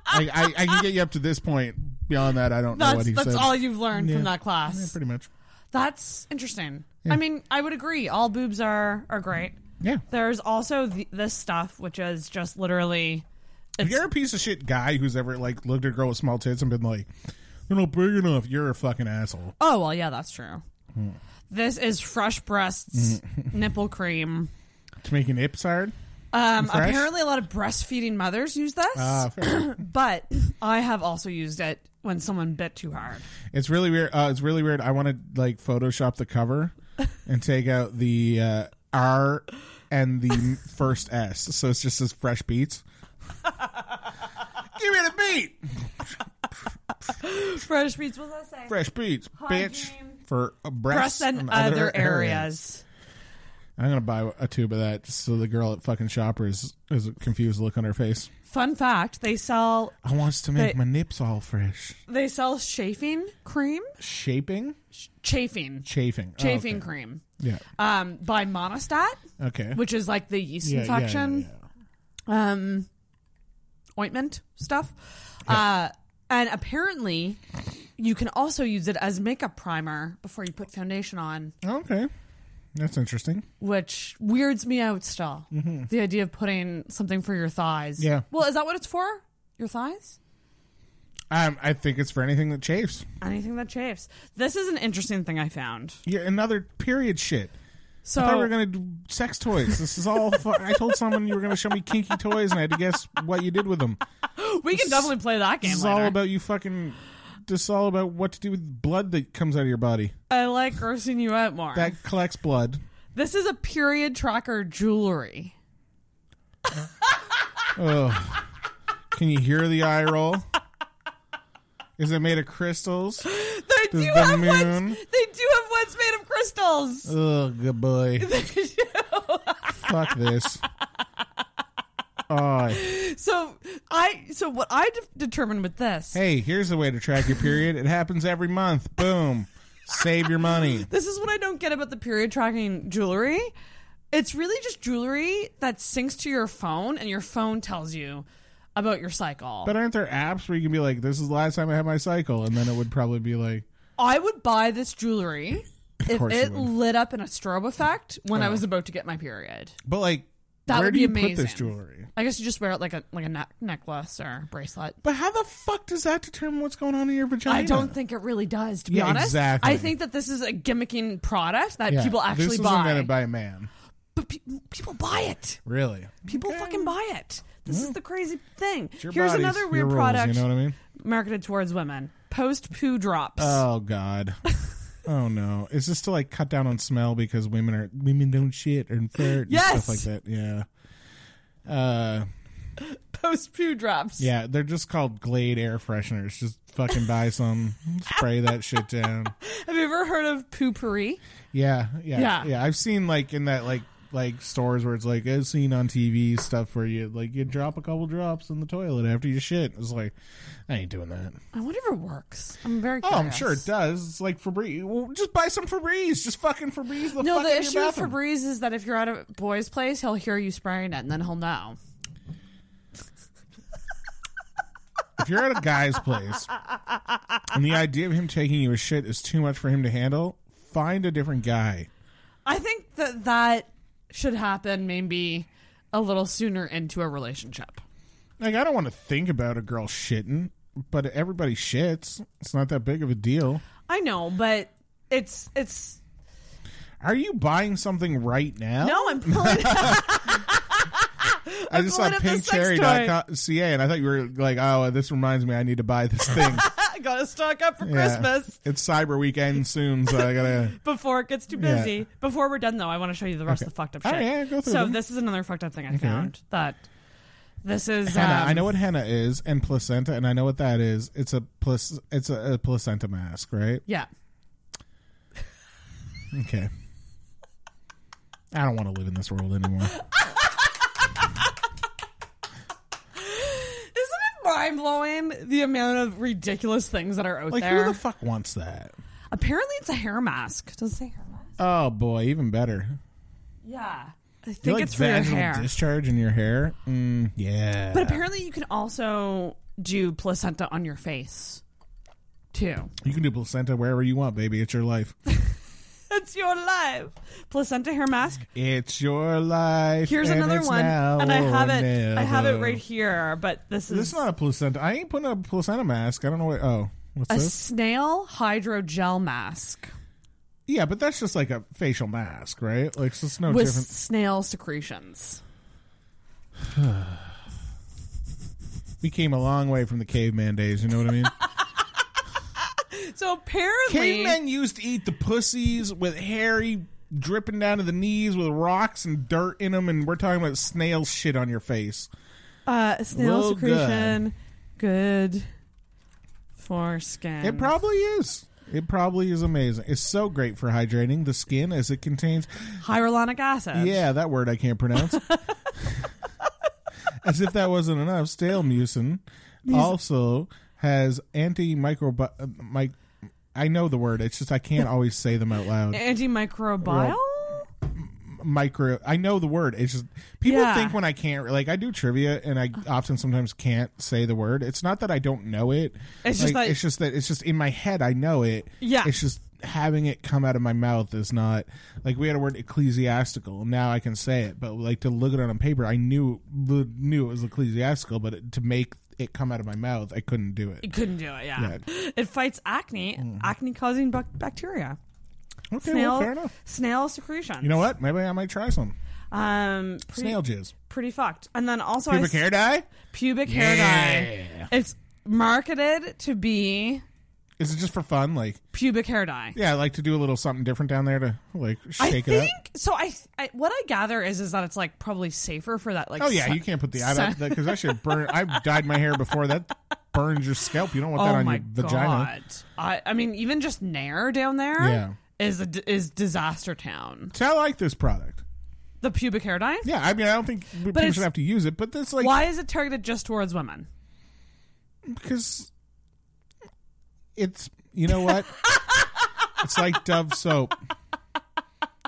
Speaker 2: I, I I can get you up to this point. Beyond that, I don't know what
Speaker 9: That's
Speaker 2: he
Speaker 9: that's
Speaker 2: said.
Speaker 9: all you've learned
Speaker 2: Yeah.
Speaker 9: from that class.
Speaker 2: Yeah, pretty much.
Speaker 9: That's interesting.
Speaker 2: Yeah.
Speaker 9: I mean, I would agree. All boobs are are great.
Speaker 2: Yeah.
Speaker 9: There's also the, this stuff which is just literally.
Speaker 2: If you're a piece of shit guy who's ever like looked at a girl with small tits and been like, "They're not big enough," you're a fucking asshole.
Speaker 9: Oh well, yeah, that's true.
Speaker 2: Hmm.
Speaker 9: This is fresh breasts
Speaker 2: Mm.
Speaker 9: nipple cream.
Speaker 2: To make an ips hard.
Speaker 9: Um,
Speaker 2: Fresh?
Speaker 9: apparently, a lot of breastfeeding mothers use this,
Speaker 2: Ah, fair.
Speaker 9: but I have also used it when someone bit too hard.
Speaker 2: It's really weird. Uh, it's really weird. I want to like Photoshop the cover and take out the uh, R and the first S, so it's just as fresh beats. Give me the beat.
Speaker 9: Fresh beats. What does that say?
Speaker 2: Fresh beats, bitch. For uh, breasts,
Speaker 9: Breasts and, other, areas.
Speaker 2: I'm gonna buy a tube of that just so the girl at fucking Shoppers is a confused look on her face.
Speaker 9: Fun fact: they sell
Speaker 2: I wants to make
Speaker 9: They-
Speaker 2: my nips all fresh.
Speaker 9: they sell chafing cream,
Speaker 2: Shaping,
Speaker 9: chafing,
Speaker 2: chafing, Oh,
Speaker 9: chafing
Speaker 2: okay.
Speaker 9: cream.
Speaker 2: Yeah.
Speaker 9: Um, by Monostat.
Speaker 2: Okay.
Speaker 9: Which is like the yeast
Speaker 2: Yeah, yeah, yeah,
Speaker 9: infection. Um, ointment stuff. Uh, and apparently, you can also use it as makeup primer before you put foundation on,
Speaker 2: Okay, that's interesting.
Speaker 9: which weirds me out still.
Speaker 2: Mhm.
Speaker 9: The idea of putting something for your thighs.
Speaker 2: Yeah.
Speaker 9: Well, is that what it's for? Your thighs?
Speaker 2: Um, I think it's for anything that chafes.
Speaker 9: Anything that chafes. This is an interesting thing I found.
Speaker 2: Yeah, another period shit.
Speaker 9: So
Speaker 2: I thought we were gonna do sex toys. This is all. Fu- I told someone you were gonna show me kinky toys, and I had to guess what you did with them.
Speaker 9: we can definitely play that game
Speaker 2: This is
Speaker 9: later.
Speaker 2: all about you fucking. This is all about what to do with blood that comes out of your body
Speaker 9: I like grossing you out more.
Speaker 2: that collects blood.
Speaker 9: This is a period tracker jewelry.
Speaker 2: Oh, can you hear the eye roll? Is it made of crystals?
Speaker 9: They
Speaker 2: Does
Speaker 9: do
Speaker 2: the
Speaker 9: have
Speaker 2: moon-
Speaker 9: ones. They do have ones made of crystals.
Speaker 2: Oh, good boy. Fuck this. Oh,
Speaker 9: so I. So what I de- determined with this.
Speaker 2: hey, here's a way to track your period. It happens every month. Boom. Save your money.
Speaker 9: This is what I don't get about the period tracking jewelry. It's really just jewelry that syncs to your phone, and your phone tells you about your cycle.
Speaker 2: But aren't there apps where you can be like, this is the last time I had my cycle? And then it would probably be like,
Speaker 9: I would buy this jewelry if
Speaker 2: course you
Speaker 9: it
Speaker 2: would.
Speaker 9: lit up in a strobe effect when I
Speaker 2: Oh.
Speaker 9: was about to get my period.
Speaker 2: but like,
Speaker 9: That
Speaker 2: where
Speaker 9: would
Speaker 2: do
Speaker 9: be
Speaker 2: you
Speaker 9: amazing.
Speaker 2: put this jewelry?
Speaker 9: I guess you just wear it like a like a neck necklace or bracelet.
Speaker 2: But how the fuck does that determine what's going on in your vagina?
Speaker 9: I don't think it really does, to be
Speaker 2: Yeah,
Speaker 9: honest.
Speaker 2: exactly.
Speaker 9: I think that this is a gimmicking product that
Speaker 2: Yeah,
Speaker 9: people actually
Speaker 2: this was
Speaker 9: buy.
Speaker 2: invented by a man.
Speaker 9: but pe- people buy it.
Speaker 2: Really?
Speaker 9: People fucking buy it. This is the crazy thing.
Speaker 2: Your
Speaker 9: Here's
Speaker 2: body's-
Speaker 9: another
Speaker 2: your
Speaker 9: weird
Speaker 2: rules,
Speaker 9: product
Speaker 2: You know what I mean?
Speaker 9: marketed towards women: post poo drops.
Speaker 2: Oh God. Oh no! Is this to like cut down on smell because women are women don't shit or fart and
Speaker 9: Yes!
Speaker 2: stuff like that? Yeah. Uh,
Speaker 9: post poo drops.
Speaker 2: yeah, they're just called Glade air fresheners. Just fucking buy some, spray that shit down.
Speaker 9: Have you ever heard of poo pourri?
Speaker 2: Yeah, yeah, yeah,
Speaker 9: Yeah.
Speaker 2: I've seen like in that like like stores where it's like I've seen on TV stuff where you like you drop a couple drops in the toilet after you shit. It's like I ain't doing that.
Speaker 9: I wonder if it Uh, works. I'm very.
Speaker 2: Oh,
Speaker 9: Curious.
Speaker 2: I'm sure it does. It's like Febreze. Well, just buy some Febreze. Just fucking Febreze. The
Speaker 9: no,
Speaker 2: fuck
Speaker 9: the
Speaker 2: out of
Speaker 9: issue
Speaker 2: your
Speaker 9: with
Speaker 2: bathroom.
Speaker 9: Febreze is that if you're at a boy's place, he'll hear you spraying it, and then he'll know.
Speaker 2: if you're at a guy's place and the idea of him taking you a shit is too much for him to handle, find a different guy.
Speaker 9: I think that that should happen maybe a little sooner into a relationship.
Speaker 2: Like I don't want to think about a girl shitting, but everybody shits. It's not that big of a deal.
Speaker 9: I know, but it's it's
Speaker 2: Are you buying something right now?
Speaker 9: no. I'm pulling.
Speaker 2: I just saw
Speaker 9: pulling up the sex
Speaker 2: pinkcherry.ca and I thought you were like, oh, this reminds me, I need to buy this thing.
Speaker 9: gotta stock up for
Speaker 2: Yeah.
Speaker 9: Christmas
Speaker 2: It's Cyber Weekend soon, so I gotta.
Speaker 9: before it gets too
Speaker 2: Yeah.
Speaker 9: busy. Before we're done, though, I want to show you the rest of the fucked up
Speaker 2: All
Speaker 9: shit.
Speaker 2: right, yeah, go through
Speaker 9: so
Speaker 2: them.
Speaker 9: this is another fucked up thing I
Speaker 2: Okay.
Speaker 9: found that this is.
Speaker 2: Henna.
Speaker 9: um,
Speaker 2: I know what henna is and placenta, and I know what that is. It's a plus. It's a, a placenta mask, right?
Speaker 9: Yeah.
Speaker 2: Okay. I don't want to live in this world anymore.
Speaker 9: Isn't it mind blowing the amount of ridiculous things that are out
Speaker 2: Like,
Speaker 9: there?
Speaker 2: who the fuck wants that?
Speaker 9: Apparently, it's a hair mask. Does it say hair mask?
Speaker 2: Oh boy, even better.
Speaker 9: Yeah. I think
Speaker 2: You like
Speaker 9: it's for your
Speaker 2: vaginal
Speaker 9: hair.
Speaker 2: discharge in your hair? Mm, yeah.
Speaker 9: But apparently, you can also do placenta on your face, too.
Speaker 2: you can do placenta wherever you want, baby. It's your life.
Speaker 9: It's your life. Placenta hair mask.
Speaker 2: It's your life.
Speaker 9: Here's
Speaker 2: and
Speaker 9: another
Speaker 2: it's
Speaker 9: one,
Speaker 2: now
Speaker 9: and I have
Speaker 2: or
Speaker 9: it. I have it
Speaker 2: never.
Speaker 9: right here. But this is
Speaker 2: This is not a placenta. I ain't putting a placenta mask. I don't know what. Oh, what's
Speaker 9: a
Speaker 2: this?
Speaker 9: snail hydrogel mask
Speaker 2: Oh, Yeah, but that's just like a facial mask, right? Like, so it's no
Speaker 9: with
Speaker 2: different.
Speaker 9: snail secretions.
Speaker 2: We came a long way from the caveman days. You know what I mean?
Speaker 9: So apparently,
Speaker 2: Cavemen used to eat the pussies with hairy dripping down to the knees with rocks and dirt in them, and we're talking about snail shit on your face.
Speaker 9: uh, snail
Speaker 2: Well,
Speaker 9: secretion good. for skin.
Speaker 2: It probably is. It probably is amazing. It's so great for hydrating the skin as it contains
Speaker 9: hyaluronic acid.
Speaker 2: Yeah, that word I can't pronounce. As if that wasn't enough, stale mucin also has antimicrobial. Uh, mic- I know the word. It's just I can't always say them out loud.
Speaker 9: Antimicrobial.
Speaker 2: Micro. I know the word. It's just people
Speaker 9: Yeah. Uh-huh.
Speaker 2: think when I can't like I do trivia and I often sometimes can't say the word. It's not that I don't know it.
Speaker 9: It's just
Speaker 2: Like,
Speaker 9: that-
Speaker 2: it's just that it's just in my head I know it.
Speaker 9: Yeah.
Speaker 2: It's just having it come out of my mouth is not like we had a word ecclesiastical. Now I can say it, but like to look at it on paper, I knew knew it was ecclesiastical, but it, to make it come out of my mouth, I couldn't do it.
Speaker 9: You couldn't do it. Yeah. It fights acne, acne causing bac- bacteria.
Speaker 2: Mm-hmm. Okay,
Speaker 9: snail,
Speaker 2: well, fair enough.
Speaker 9: Snail secretion.
Speaker 2: You know what? Maybe I might try some
Speaker 9: Um, pretty,
Speaker 2: snail jizz.
Speaker 9: Pretty fucked. And then also I
Speaker 2: Pubic
Speaker 9: s-
Speaker 2: hair dye.
Speaker 9: Pubic hair dye. It's marketed to be
Speaker 2: Is it just for fun? Like.
Speaker 9: pubic hair dye.
Speaker 2: Yeah, I like to do a little something different down there to like
Speaker 9: I
Speaker 2: shake it
Speaker 9: think
Speaker 2: up.
Speaker 9: so. I, I what I gather is is that it's like probably safer for that. Like
Speaker 2: Oh yeah,
Speaker 9: sun-
Speaker 2: you can't put the I don't
Speaker 9: sun-
Speaker 2: because that should burn. I've dyed my hair before. That burns your scalp. You don't want
Speaker 9: oh
Speaker 2: that on
Speaker 9: my
Speaker 2: your vagina.
Speaker 9: god! I I mean even just Nair down there is
Speaker 2: Yeah.
Speaker 9: a d is disaster town.
Speaker 2: So I like this product.
Speaker 9: The pubic hair dye.
Speaker 2: Yeah, I mean, I don't think we- people
Speaker 9: it's-
Speaker 2: should have to use it, but that's like
Speaker 9: Why is it targeted just towards women?
Speaker 2: because it's you know what? it's like Dove soap.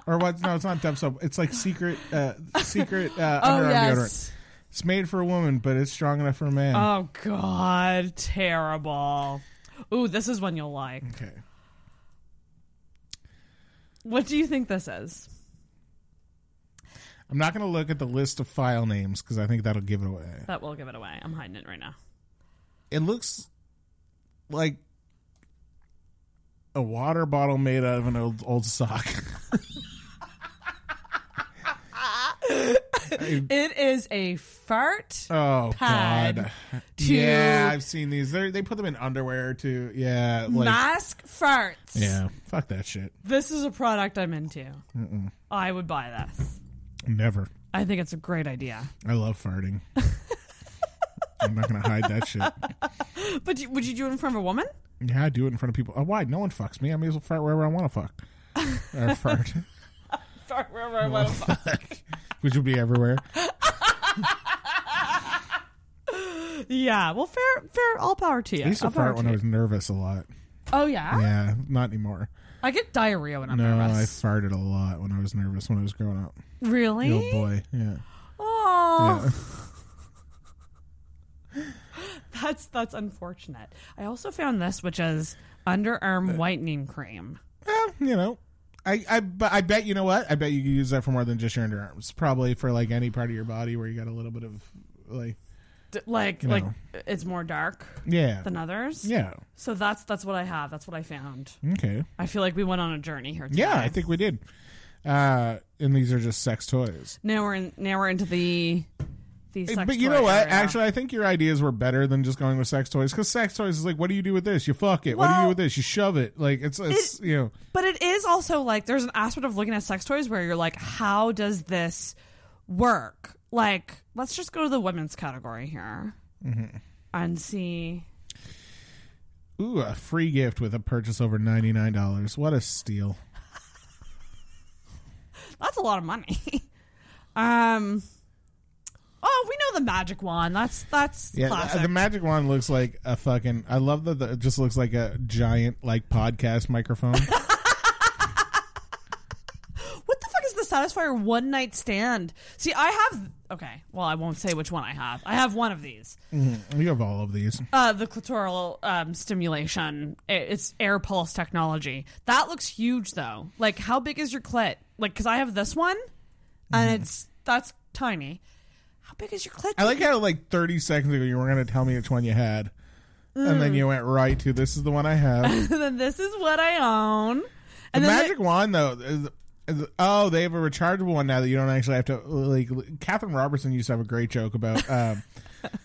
Speaker 2: Or what? No, it's not Dove soap. It's like secret, uh, secret uh,
Speaker 9: Oh,
Speaker 2: underarm deodorant. It's made for a woman, but it's strong enough for a man.
Speaker 9: Oh god, terrible. Ooh, this is one you'll like.
Speaker 2: okay.
Speaker 9: What do you think this is?
Speaker 2: I'm not going to look at the list of file names because I think that'll give it away.
Speaker 9: That will give it away. I'm hiding it right now.
Speaker 2: It looks like a water bottle made out of an old old sock.
Speaker 9: It is a fart.
Speaker 2: Mm. Oh
Speaker 9: Pad
Speaker 2: God!
Speaker 9: to-
Speaker 2: Yeah, I've seen these. They they put them in underwear too. Yeah, like
Speaker 9: mask farts.
Speaker 2: yeah. Fuck that shit.
Speaker 9: This is a product I'm into. I would buy this.
Speaker 2: Never.
Speaker 9: I think it's a great idea.
Speaker 2: I love farting. I'm not gonna hide that shit.
Speaker 9: But do- would you do it in front of a woman?
Speaker 2: Yeah, I do it in front of people. Oh, why? No one fucks me. I may as well fart wherever I want to fuck or fart.
Speaker 9: fuck wherever I want to fuck.
Speaker 2: which would be everywhere.
Speaker 9: Yeah, well, fair, fair, all power to you.
Speaker 2: I used to
Speaker 9: all power
Speaker 2: fart when
Speaker 9: to
Speaker 2: I
Speaker 9: you.
Speaker 2: was nervous a lot.
Speaker 9: Oh yeah?
Speaker 2: Yeah, not anymore.
Speaker 9: I get diarrhea when I'm
Speaker 2: no,
Speaker 9: nervous.
Speaker 2: I farted a lot when I was nervous when I was growing up.
Speaker 9: Really?
Speaker 2: Oh boy,
Speaker 9: Eh?
Speaker 2: yeah.
Speaker 9: Oh,
Speaker 2: Yeah.
Speaker 9: that's that's unfortunate. I also found this, which is
Speaker 2: Uh,
Speaker 9: underarm whitening cream.
Speaker 2: Well, you know, I, I, but I bet you know what? I bet you could use that for more than just your underarms. Probably for like any part of your body where you got a little bit of like,
Speaker 9: D- like
Speaker 2: You
Speaker 9: like
Speaker 2: know.
Speaker 9: it's more dark
Speaker 2: yeah,
Speaker 9: than others.
Speaker 2: yeah.
Speaker 9: So that's that's what I have. That's what I found.
Speaker 2: Okay.
Speaker 9: I feel like we went on a journey here. Today.
Speaker 2: Yeah, I think we did. Uh, and these are just sex toys.
Speaker 9: Now we're in, now we're into the the.
Speaker 2: Hey,
Speaker 9: sex
Speaker 2: but you
Speaker 9: toy
Speaker 2: know what?
Speaker 9: area.
Speaker 2: Actually, I think your ideas were better than just going with sex toys because sex toys is like, what do you do with this? You fuck it. what do you do
Speaker 9: Well-
Speaker 2: with this? You shove it. Like it's, it's you know,
Speaker 9: But it is also like there's an aspect of looking at sex toys where you're like, how does this work? Like, let's just go to the women's category here
Speaker 2: Mm-hmm.
Speaker 9: and see.
Speaker 2: ooh, a free gift with a purchase over ninety nine dollars. What a steal!
Speaker 9: That's a lot of money. um. Oh, we know the magic wand. That's that's
Speaker 2: Yeah,
Speaker 9: classic.
Speaker 2: the, the magic wand looks like a fucking. I love that the, it just looks like a giant like podcast microphone.
Speaker 9: what the fuck is the Satisfier one night stand? See, I have okay. Well, I won't say which one I have. I have one of these.
Speaker 2: you have all of these.
Speaker 9: Uh, the clitoral um, stimulation. I- It's air pulse technology. That looks huge, though. Like, how big is your clit? Like, because I have this one, and it's that's tiny. How big is your clit?
Speaker 2: Mm. I like how like thirty seconds ago you were going to tell me which one you had, and then you went right to this is the one I have.
Speaker 9: Mm. and then this is what I own.
Speaker 2: the
Speaker 9: And then
Speaker 2: magic wand though. Is, is- oh, they have a rechargeable one now that you don't actually have to. Like Catherine Robertson used to have a great joke about. Um,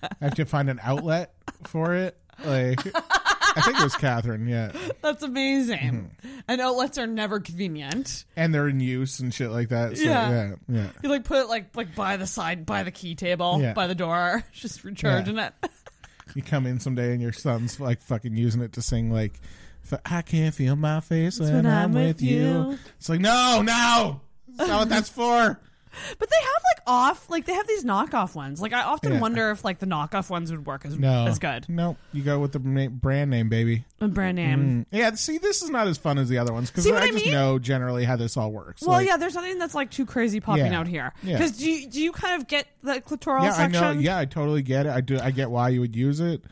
Speaker 2: I have to find an outlet for it. Like I think it was Catherine. Yeah.
Speaker 9: the- that's amazing.
Speaker 2: Mm-hmm.
Speaker 9: And outlets are never convenient.
Speaker 2: and they're in use and shit like that. So,
Speaker 9: Yeah.
Speaker 2: yeah, yeah,
Speaker 9: You like put it like like by the side, by the key table,
Speaker 2: Yeah.
Speaker 9: by the door, just recharging it.
Speaker 2: You come in someday and your son's like fucking using it to sing like, f- "I can't feel my face when,
Speaker 9: when
Speaker 2: I'm,
Speaker 9: I'm
Speaker 2: with
Speaker 9: with
Speaker 2: you.
Speaker 9: you.
Speaker 2: It's like, no, no, that's not what that's for.
Speaker 9: But they have like off, like they have these knockoff ones. Like I often
Speaker 2: Yeah.
Speaker 9: wonder if like the knockoff ones would work as
Speaker 2: No,
Speaker 9: as good.
Speaker 2: No, you go with the na- brand name, baby.
Speaker 9: A brand name.
Speaker 2: Yeah, see, this is not as fun as the other ones because
Speaker 9: See
Speaker 2: I,
Speaker 9: what I
Speaker 2: just
Speaker 9: mean?
Speaker 2: know generally how this all works.
Speaker 9: Well,
Speaker 2: Like,
Speaker 9: yeah, there's nothing that's like too crazy popping
Speaker 2: Yeah.
Speaker 9: out here.
Speaker 2: Yeah.
Speaker 9: Because do you, do you kind of get the clitoral
Speaker 2: yeah, I
Speaker 9: section?
Speaker 2: know. Yeah, I totally get it. I do. I get why you would use it.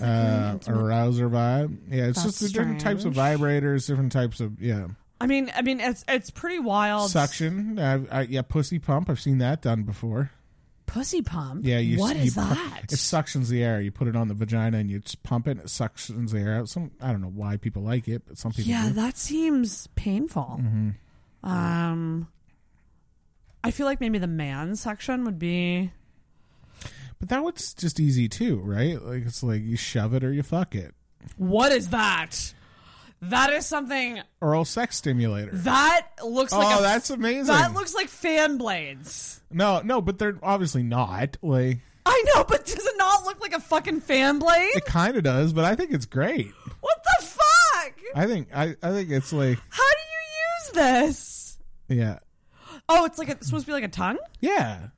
Speaker 2: Uh, arouser vibe. Yeah, it's
Speaker 9: That's
Speaker 2: just the different types of vibrators, different types of yeah.
Speaker 9: I mean, I mean, it's it's pretty wild.
Speaker 2: suction. I, I, yeah, pussy pump. I've seen that done before.
Speaker 9: Pussy pump.
Speaker 2: Yeah, you.
Speaker 9: What
Speaker 2: you
Speaker 9: is
Speaker 2: pu-
Speaker 9: that?
Speaker 2: It suctions the air. You put it on the vagina and you just pump it. and It suctions the air out. Some I don't know why people like it, but some people.
Speaker 9: yeah,
Speaker 2: do.
Speaker 9: that seems painful.
Speaker 2: Mm-hmm.
Speaker 9: Um, I feel like maybe the man section would be.
Speaker 2: but that one's just easy too, right? Like it's like you shove it or you fuck it.
Speaker 9: What is that? That is something
Speaker 2: Oral sex stimulator.
Speaker 9: that looks like.
Speaker 2: oh,
Speaker 9: a,
Speaker 2: that's amazing.
Speaker 9: That looks like fan blades.
Speaker 2: no, no, but they're obviously not. Like
Speaker 9: I know, but does it not look like a fucking fan blade?
Speaker 2: it kind of does, but I think it's great.
Speaker 9: What the fuck?
Speaker 2: I think I, I think it's like
Speaker 9: How do you use this?
Speaker 2: yeah,
Speaker 9: Oh, it's like a, it's supposed to be like a tongue.
Speaker 2: yeah,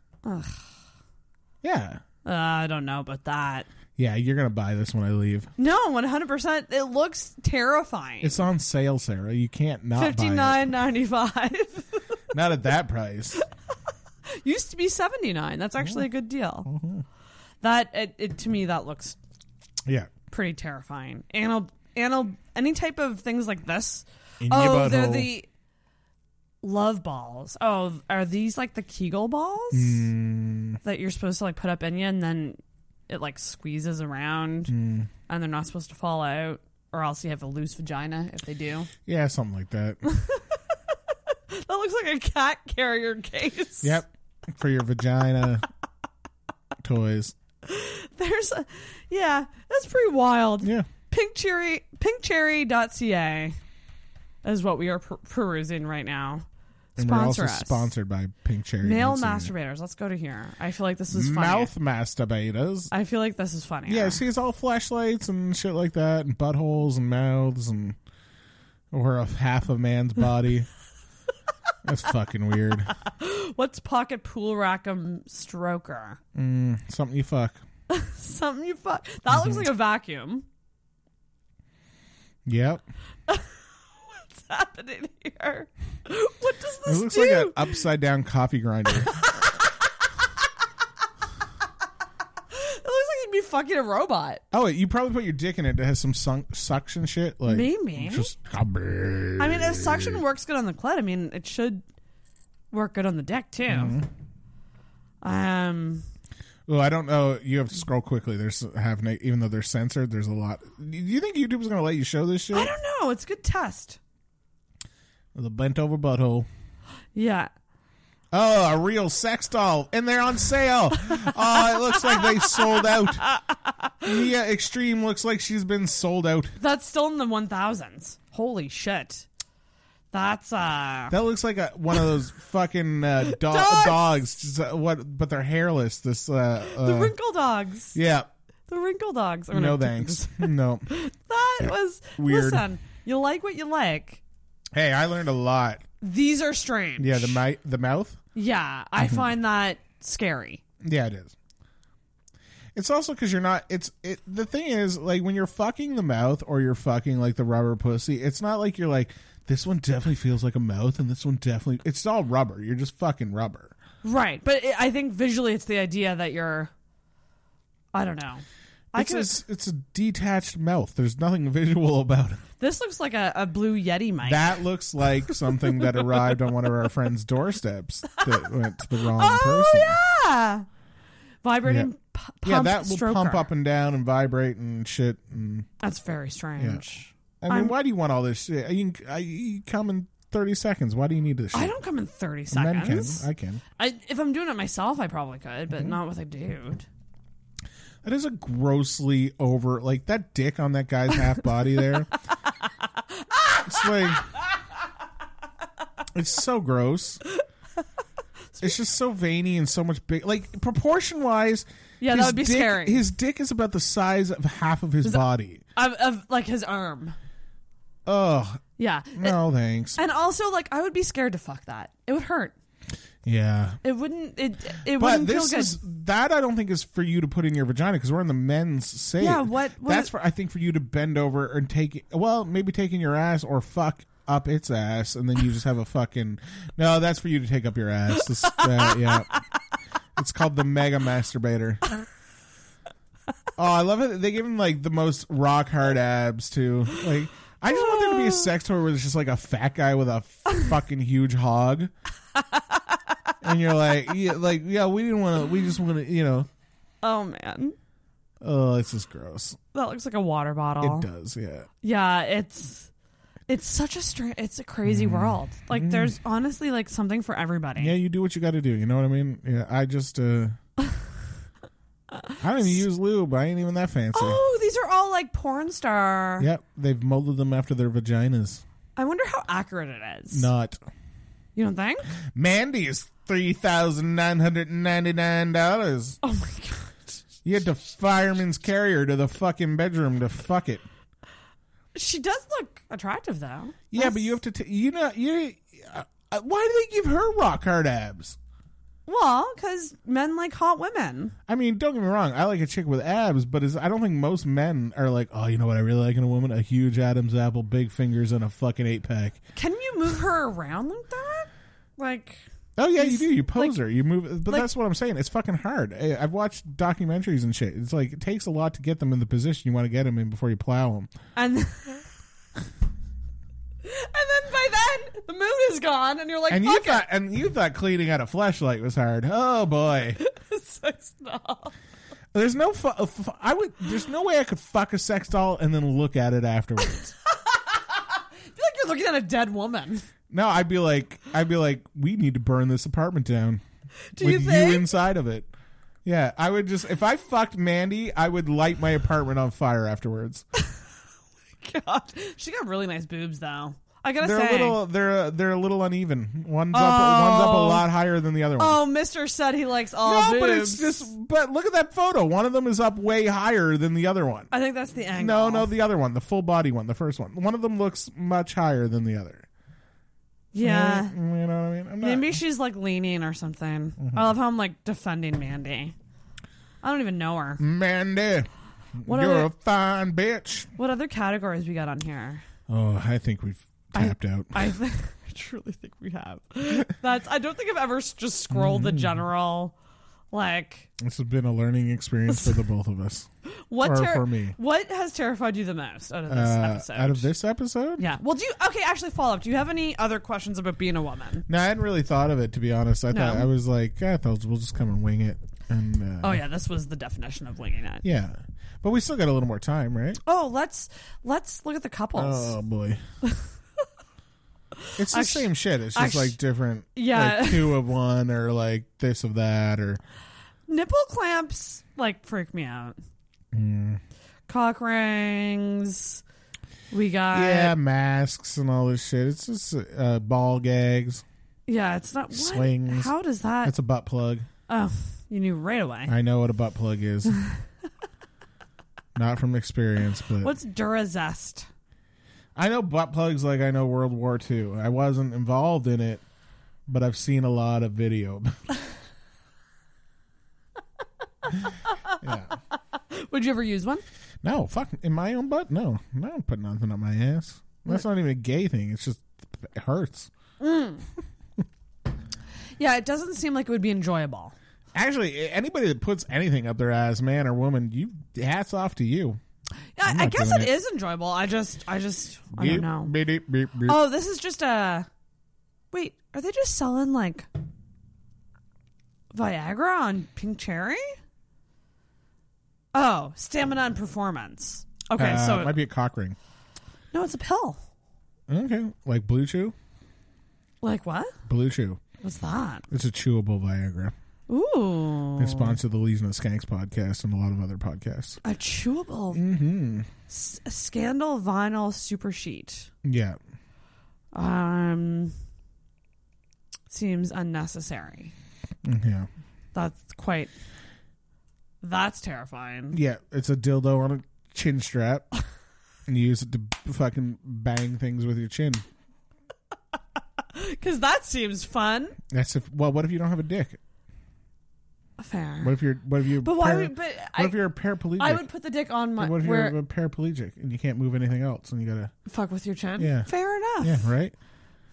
Speaker 2: yeah,
Speaker 9: Uh, I don't know about that.
Speaker 2: yeah. You're gonna buy this when I leave.
Speaker 9: No, one hundred percent. It looks terrifying.
Speaker 2: It's on sale, Sarah. You can't not
Speaker 9: fifty
Speaker 2: buy
Speaker 9: nine ninety five.
Speaker 2: it. Not at that price.
Speaker 9: Used to be seventy nine. That's
Speaker 2: Oh.
Speaker 9: actually a good deal.
Speaker 2: Mm-hmm.
Speaker 9: That it, it to me that looks
Speaker 2: Yeah.
Speaker 9: pretty terrifying. Anal, anal, any type of things like this.
Speaker 2: In
Speaker 9: oh,
Speaker 2: your
Speaker 9: they're
Speaker 2: butthole.
Speaker 9: the love balls. Oh, are these like the Kegel balls
Speaker 2: Mm.
Speaker 9: that you're supposed to like put up in you, and then it like squeezes around,
Speaker 2: Mm.
Speaker 9: and they're not supposed to fall out, or else you have a loose vagina if they do.
Speaker 2: Yeah, something like that.
Speaker 9: That looks like a cat carrier case.
Speaker 2: yep. For your vagina toys.
Speaker 9: There's a yeah, that's pretty wild.
Speaker 2: Yeah.
Speaker 9: Pink cherry pinkcherry.ca is what we are per- perusing right now.
Speaker 2: And we're
Speaker 9: Sponsor
Speaker 2: also
Speaker 9: us.
Speaker 2: sponsored by Pink Cherry.
Speaker 9: Male
Speaker 2: That's it.
Speaker 9: masturbators. Let's go to here. I feel like this is funny.
Speaker 2: Mouth masturbators.
Speaker 9: I feel like this is funny.
Speaker 2: Yeah, see, it's all flashlights and shit like that, and buttholes and mouths, and or a half a man's body. That's fucking weird.
Speaker 9: What's pocket pool rackum stroker?
Speaker 2: Mm, something you fuck.
Speaker 9: Something you fuck. That looks like a vacuum.
Speaker 2: Yep.
Speaker 9: What's happening here? What does
Speaker 2: It
Speaker 9: this
Speaker 2: looks
Speaker 9: do?
Speaker 2: like an upside down coffee grinder.
Speaker 9: it looks like you'd be fucking a robot.
Speaker 2: oh, you probably put your dick in it. It has some sunk, suction shit. Like
Speaker 9: Maybe.
Speaker 2: Just.
Speaker 9: I mean, if
Speaker 2: Uh.
Speaker 9: suction works good on the clit, I mean, it should work good on the deck too.
Speaker 2: Mm-hmm.
Speaker 9: Um,
Speaker 2: Oh, I don't know. You have to scroll quickly. There's have na- even though they're censored. There's a lot. Do you think YouTube's gonna let you show this shit?
Speaker 9: I don't know. It's a good test.
Speaker 2: The bent over butthole.
Speaker 9: Yeah.
Speaker 2: Oh, a real sex doll, and they're on sale. oh, it looks like they sold out. Mia Extreme looks like she's been sold out.
Speaker 9: That's still in the 1000s. Holy shit. That's, uh.
Speaker 2: That looks like a, one of those fucking uh, do- dogs.
Speaker 9: Dogs!
Speaker 2: Just, uh, what? But they're hairless. This. Uh,
Speaker 9: the
Speaker 2: uh,
Speaker 9: wrinkle dogs.
Speaker 2: yeah.
Speaker 9: The wrinkle dogs. I'm
Speaker 2: No
Speaker 9: gonna-
Speaker 2: thanks. no.
Speaker 9: That was.
Speaker 2: Weird.
Speaker 9: Listen, you like what you like.
Speaker 2: Hey, I learned a lot.
Speaker 9: These are strange.
Speaker 2: Yeah, the Mhm. mi- the mouth.
Speaker 9: Yeah, I find that scary.
Speaker 2: Yeah, it is. It's also because you're not. It's it. The thing is, like when you're fucking the mouth or you're fucking like the rubber pussy, it's not like you're like this one definitely feels like a mouth and this one definitely. It's all rubber. You're just fucking rubber.
Speaker 9: Right. But it, I think visually it's the idea that you're. I don't know. I
Speaker 2: It's
Speaker 9: could,
Speaker 2: a, it's a detached mouth. There's nothing visual about it.
Speaker 9: this looks like a, a blue Yeti mic.
Speaker 2: That looks like something that arrived on one of our friends' doorsteps that went to the wrong
Speaker 9: oh,
Speaker 2: person.
Speaker 9: yeah. Vibrating
Speaker 2: Yeah.
Speaker 9: p- pump
Speaker 2: Yeah, that will
Speaker 9: stroker.
Speaker 2: pump up and down and vibrate and shit. And
Speaker 9: That's very strange.
Speaker 2: I mean,
Speaker 9: I'm-
Speaker 2: why do you want all this shit? You, can, I, you come in 30 seconds. Why do you need this shit?
Speaker 9: I don't come in 30
Speaker 2: Men can.
Speaker 9: seconds.
Speaker 2: I Mhm. can.
Speaker 9: I, if I'm doing it myself, I probably could, but not with a dude.
Speaker 2: That is a grossly over, like that dick on that guy's half body there. it's like, it's so gross. It's just so veiny and so much big. Like proportion wise,
Speaker 9: Yeah, that would be
Speaker 2: dick,
Speaker 9: scary.
Speaker 2: His dick is about the size of half of his body.
Speaker 9: Of, of like his arm.
Speaker 2: Ugh,
Speaker 9: Yeah.
Speaker 2: no thanks.
Speaker 9: And also, like, I would be scared to fuck that. It would hurt.
Speaker 2: Yeah,
Speaker 9: It wouldn't. It it
Speaker 2: but
Speaker 9: wouldn't feel
Speaker 2: this
Speaker 9: good.
Speaker 2: is that I don't think is for you to put in your vagina because we're in the men's safe.
Speaker 9: Yeah, what- what-
Speaker 2: That's for I think for you to bend over and take well maybe taking your ass or fuck up its ass and then you just have a fucking no. That's for you to take up your ass. This- uh, yeah, it's called the mega masturbator. Oh, I love it. They give him like the most rock hard abs too. Like I just want there to be a sex toy where there's just like a fat guy with a fucking huge hog. And you're like, yeah, like, yeah, we didn't want to. We just want to, you know.
Speaker 9: oh man,
Speaker 2: Oh, this is gross.
Speaker 9: that looks like a water bottle.
Speaker 2: It does, yeah.
Speaker 9: Yeah, it's it's such a strange. It's a crazy world. Like, there's honestly like something for everybody.
Speaker 2: Mm. Yeah, you do what you got to do. You know what I mean? Yeah, I just, uh, I don't even use lube. I ain't even that fancy.
Speaker 9: Oh, these are all like porn star.
Speaker 2: Yep, they've molded them after their vaginas.
Speaker 9: I wonder how accurate it is.
Speaker 2: Not.
Speaker 9: You don't think?
Speaker 2: Mandy is three thousand nine hundred ninety nine dollars.
Speaker 9: Oh my god.
Speaker 2: You had to fireman's carrier to the fucking bedroom to fuck it.
Speaker 9: She does look attractive though.
Speaker 2: Yeah, but you have to. T- you know, you. Uh, uh, why do they give her rock hard abs?
Speaker 9: Well, because men like hot women.
Speaker 2: I mean, don't get me wrong. I like a chick with abs, but it's, I don't think most men are like, oh, you know what I really like in a woman? A huge Adam's apple, big fingers, and a fucking eight pack.
Speaker 9: Can you move her around like that? Like,
Speaker 2: Oh yeah, you do. You pose
Speaker 9: like-
Speaker 2: her. You move. But
Speaker 9: like-
Speaker 2: that's what I'm saying. It's fucking hard. I, I've watched documentaries and shit. It's like it takes a lot to get them in the position you want to get them in before you plow them.
Speaker 9: and. and then by then the moon is gone, and you're like,
Speaker 2: and you
Speaker 9: "Fuck
Speaker 2: thought, and you thought cleaning out a flashlight was hard. Oh boy,
Speaker 9: it, sex doll."
Speaker 2: there's no. Fu- uh, fu- I would. There's no way I could fuck a sex doll and then look at it afterwards.
Speaker 9: I feel like you're looking at a dead woman.
Speaker 2: no, I'd be like, I'd be like, we need to burn this apartment down.
Speaker 9: Do
Speaker 2: with
Speaker 9: you think?
Speaker 2: inside of it. Yeah, I would just if I fucked Mandy, I would light my apartment on fire afterwards.
Speaker 9: God, she got really nice boobs though. I gotta
Speaker 2: They're a
Speaker 9: say.
Speaker 2: little they're they're a little uneven. One's up one's up a
Speaker 9: Oh.
Speaker 2: lot higher than the other one.
Speaker 9: oh, Mister said he likes all
Speaker 2: no,
Speaker 9: boobs.
Speaker 2: but it's just but look at that photo. One of them is up way higher than the other one.
Speaker 9: I think that's the angle.
Speaker 2: No, no, the other one, the full body one, the first one. One of them looks much higher than the other.
Speaker 9: Yeah.
Speaker 2: You know what I mean? I'm not,
Speaker 9: Maybe she's like leaning or something.
Speaker 2: Mm-hmm.
Speaker 9: I love how I'm like defending Mandy. I don't even know her.
Speaker 2: Mandy,
Speaker 9: What
Speaker 2: Mm-hmm. you're
Speaker 9: other-
Speaker 2: a fine bitch.
Speaker 9: What other categories we got on here?
Speaker 2: Oh, I think we've tapped out.
Speaker 9: I think I truly think we have. That's I don't think I've ever s- just scrolled
Speaker 2: Mm.
Speaker 9: the general like
Speaker 2: This has been a learning experience for the both of us.
Speaker 9: what
Speaker 2: or
Speaker 9: ter-
Speaker 2: for me.
Speaker 9: what has terrified you the most out of this
Speaker 2: Uh,
Speaker 9: episode?
Speaker 2: out of this episode?
Speaker 9: yeah. Well, do you okay? Actually, follow up. Do you have any other questions about being a woman?
Speaker 2: No, I hadn't really thought of it to be honest. I
Speaker 9: No.
Speaker 2: thought I was like, I thought we'll just come and wing it. And uh,
Speaker 9: Oh yeah, this was the definition of winging it.
Speaker 2: yeah. But we still got a little more time, right?
Speaker 9: Oh, let's let's look at the couples.
Speaker 2: Oh boy. it's the
Speaker 9: Actu-
Speaker 2: same shit. It's just
Speaker 9: actu-
Speaker 2: like different.
Speaker 9: Yeah.
Speaker 2: like, two of one or like this of that or
Speaker 9: Nipple clamps like freak me out.
Speaker 2: Mm.
Speaker 9: Cock rings. We got
Speaker 2: yeah masks and all this shit. It's just uh, ball gags.
Speaker 9: Yeah, it's not what?
Speaker 2: Swings.
Speaker 9: How does that?
Speaker 2: That's a butt plug.
Speaker 9: oh, you knew right away.
Speaker 2: I know what a butt plug is. Not from experience, but
Speaker 9: What's Durazest?
Speaker 2: I know butt plugs like I know World War II. I wasn't involved in it, but I've seen a lot of video. about it.
Speaker 9: Would you ever use one?
Speaker 2: no, fuck in my own butt. No, I don't put nothing up my ass. That's not even a gay thing. It's just it hurts.
Speaker 9: Yeah, it doesn't seem like it would be enjoyable.
Speaker 2: Actually, anybody that puts anything up their ass, man or woman, you hats off to you. I'm
Speaker 9: I, I
Speaker 2: not
Speaker 9: guess
Speaker 2: doing
Speaker 9: it
Speaker 2: it.
Speaker 9: is enjoyable. I just, I just, I
Speaker 2: Beep,
Speaker 9: don't know.
Speaker 2: beep, beep, beep, beep.
Speaker 9: Oh, this is just a. Wait, are they just selling like Viagra on Pink Cherry? Oh, stamina and performance. Okay,
Speaker 2: Uh,
Speaker 9: so
Speaker 2: it might be a cock ring.
Speaker 9: no, it's a pill.
Speaker 2: Okay, like blue chew.
Speaker 9: Like what?
Speaker 2: Blue chew.
Speaker 9: What's that?
Speaker 2: It's a chewable Viagra.
Speaker 9: Ooh,
Speaker 2: They sponsor the Legion of Skanks podcast and a lot of other podcasts.
Speaker 9: a chewable
Speaker 2: Mm-hmm.
Speaker 9: S- a scandal vinyl super sheet.
Speaker 2: Yeah.
Speaker 9: Um, seems unnecessary.
Speaker 2: Yeah.
Speaker 9: That's quite. That's terrifying.
Speaker 2: Yeah, it's a dildo on a chin strap. and you use it to b- fucking bang things with your chin.
Speaker 9: Because that seems fun.
Speaker 2: That's if well, what if you don't have a dick?
Speaker 9: Fair.
Speaker 2: What if you're what if you're
Speaker 9: But why would- but
Speaker 2: what
Speaker 9: I-
Speaker 2: if you're a paraplegic?
Speaker 9: I would put the dick on my
Speaker 2: what if
Speaker 9: where
Speaker 2: you're a paraplegic and you can't move anything else and you gotta
Speaker 9: fuck with your chin.
Speaker 2: Yeah.
Speaker 9: Fair enough.
Speaker 2: Yeah, right?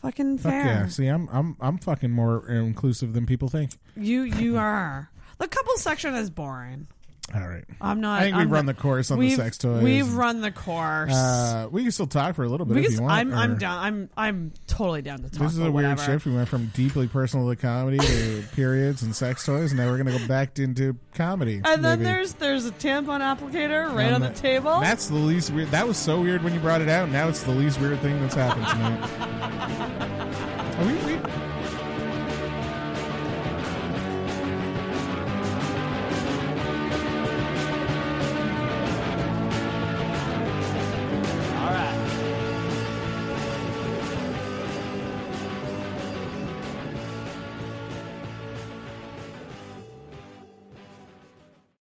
Speaker 9: Fucking
Speaker 2: Fuck
Speaker 9: fair.
Speaker 2: yeah. See I'm I'm I'm fucking more inclusive than people think.
Speaker 9: You you are. The couple section is boring.
Speaker 2: All right.
Speaker 9: I'm not.
Speaker 2: I think
Speaker 9: I'm
Speaker 2: we've run
Speaker 9: not-
Speaker 2: the course on the
Speaker 9: we've-
Speaker 2: sex toys.
Speaker 9: We've run the course.
Speaker 2: uh, we can still talk for a little bit
Speaker 9: We
Speaker 2: if
Speaker 9: can-
Speaker 2: you want.
Speaker 9: I'm I'm
Speaker 2: or-
Speaker 9: down. I'm I'm totally down to talk.
Speaker 2: This is a
Speaker 9: about
Speaker 2: weird
Speaker 9: whatever.
Speaker 2: shift. We went from deeply personal to comedy to periods and sex toys, and now we're going to go back into comedy.
Speaker 9: And then
Speaker 2: maybe.
Speaker 9: there's there's a tampon applicator right
Speaker 2: Um,
Speaker 9: on the table.
Speaker 2: That's the least weird. That was so weird when you brought it out. Now it's the least weird thing that's happened tonight.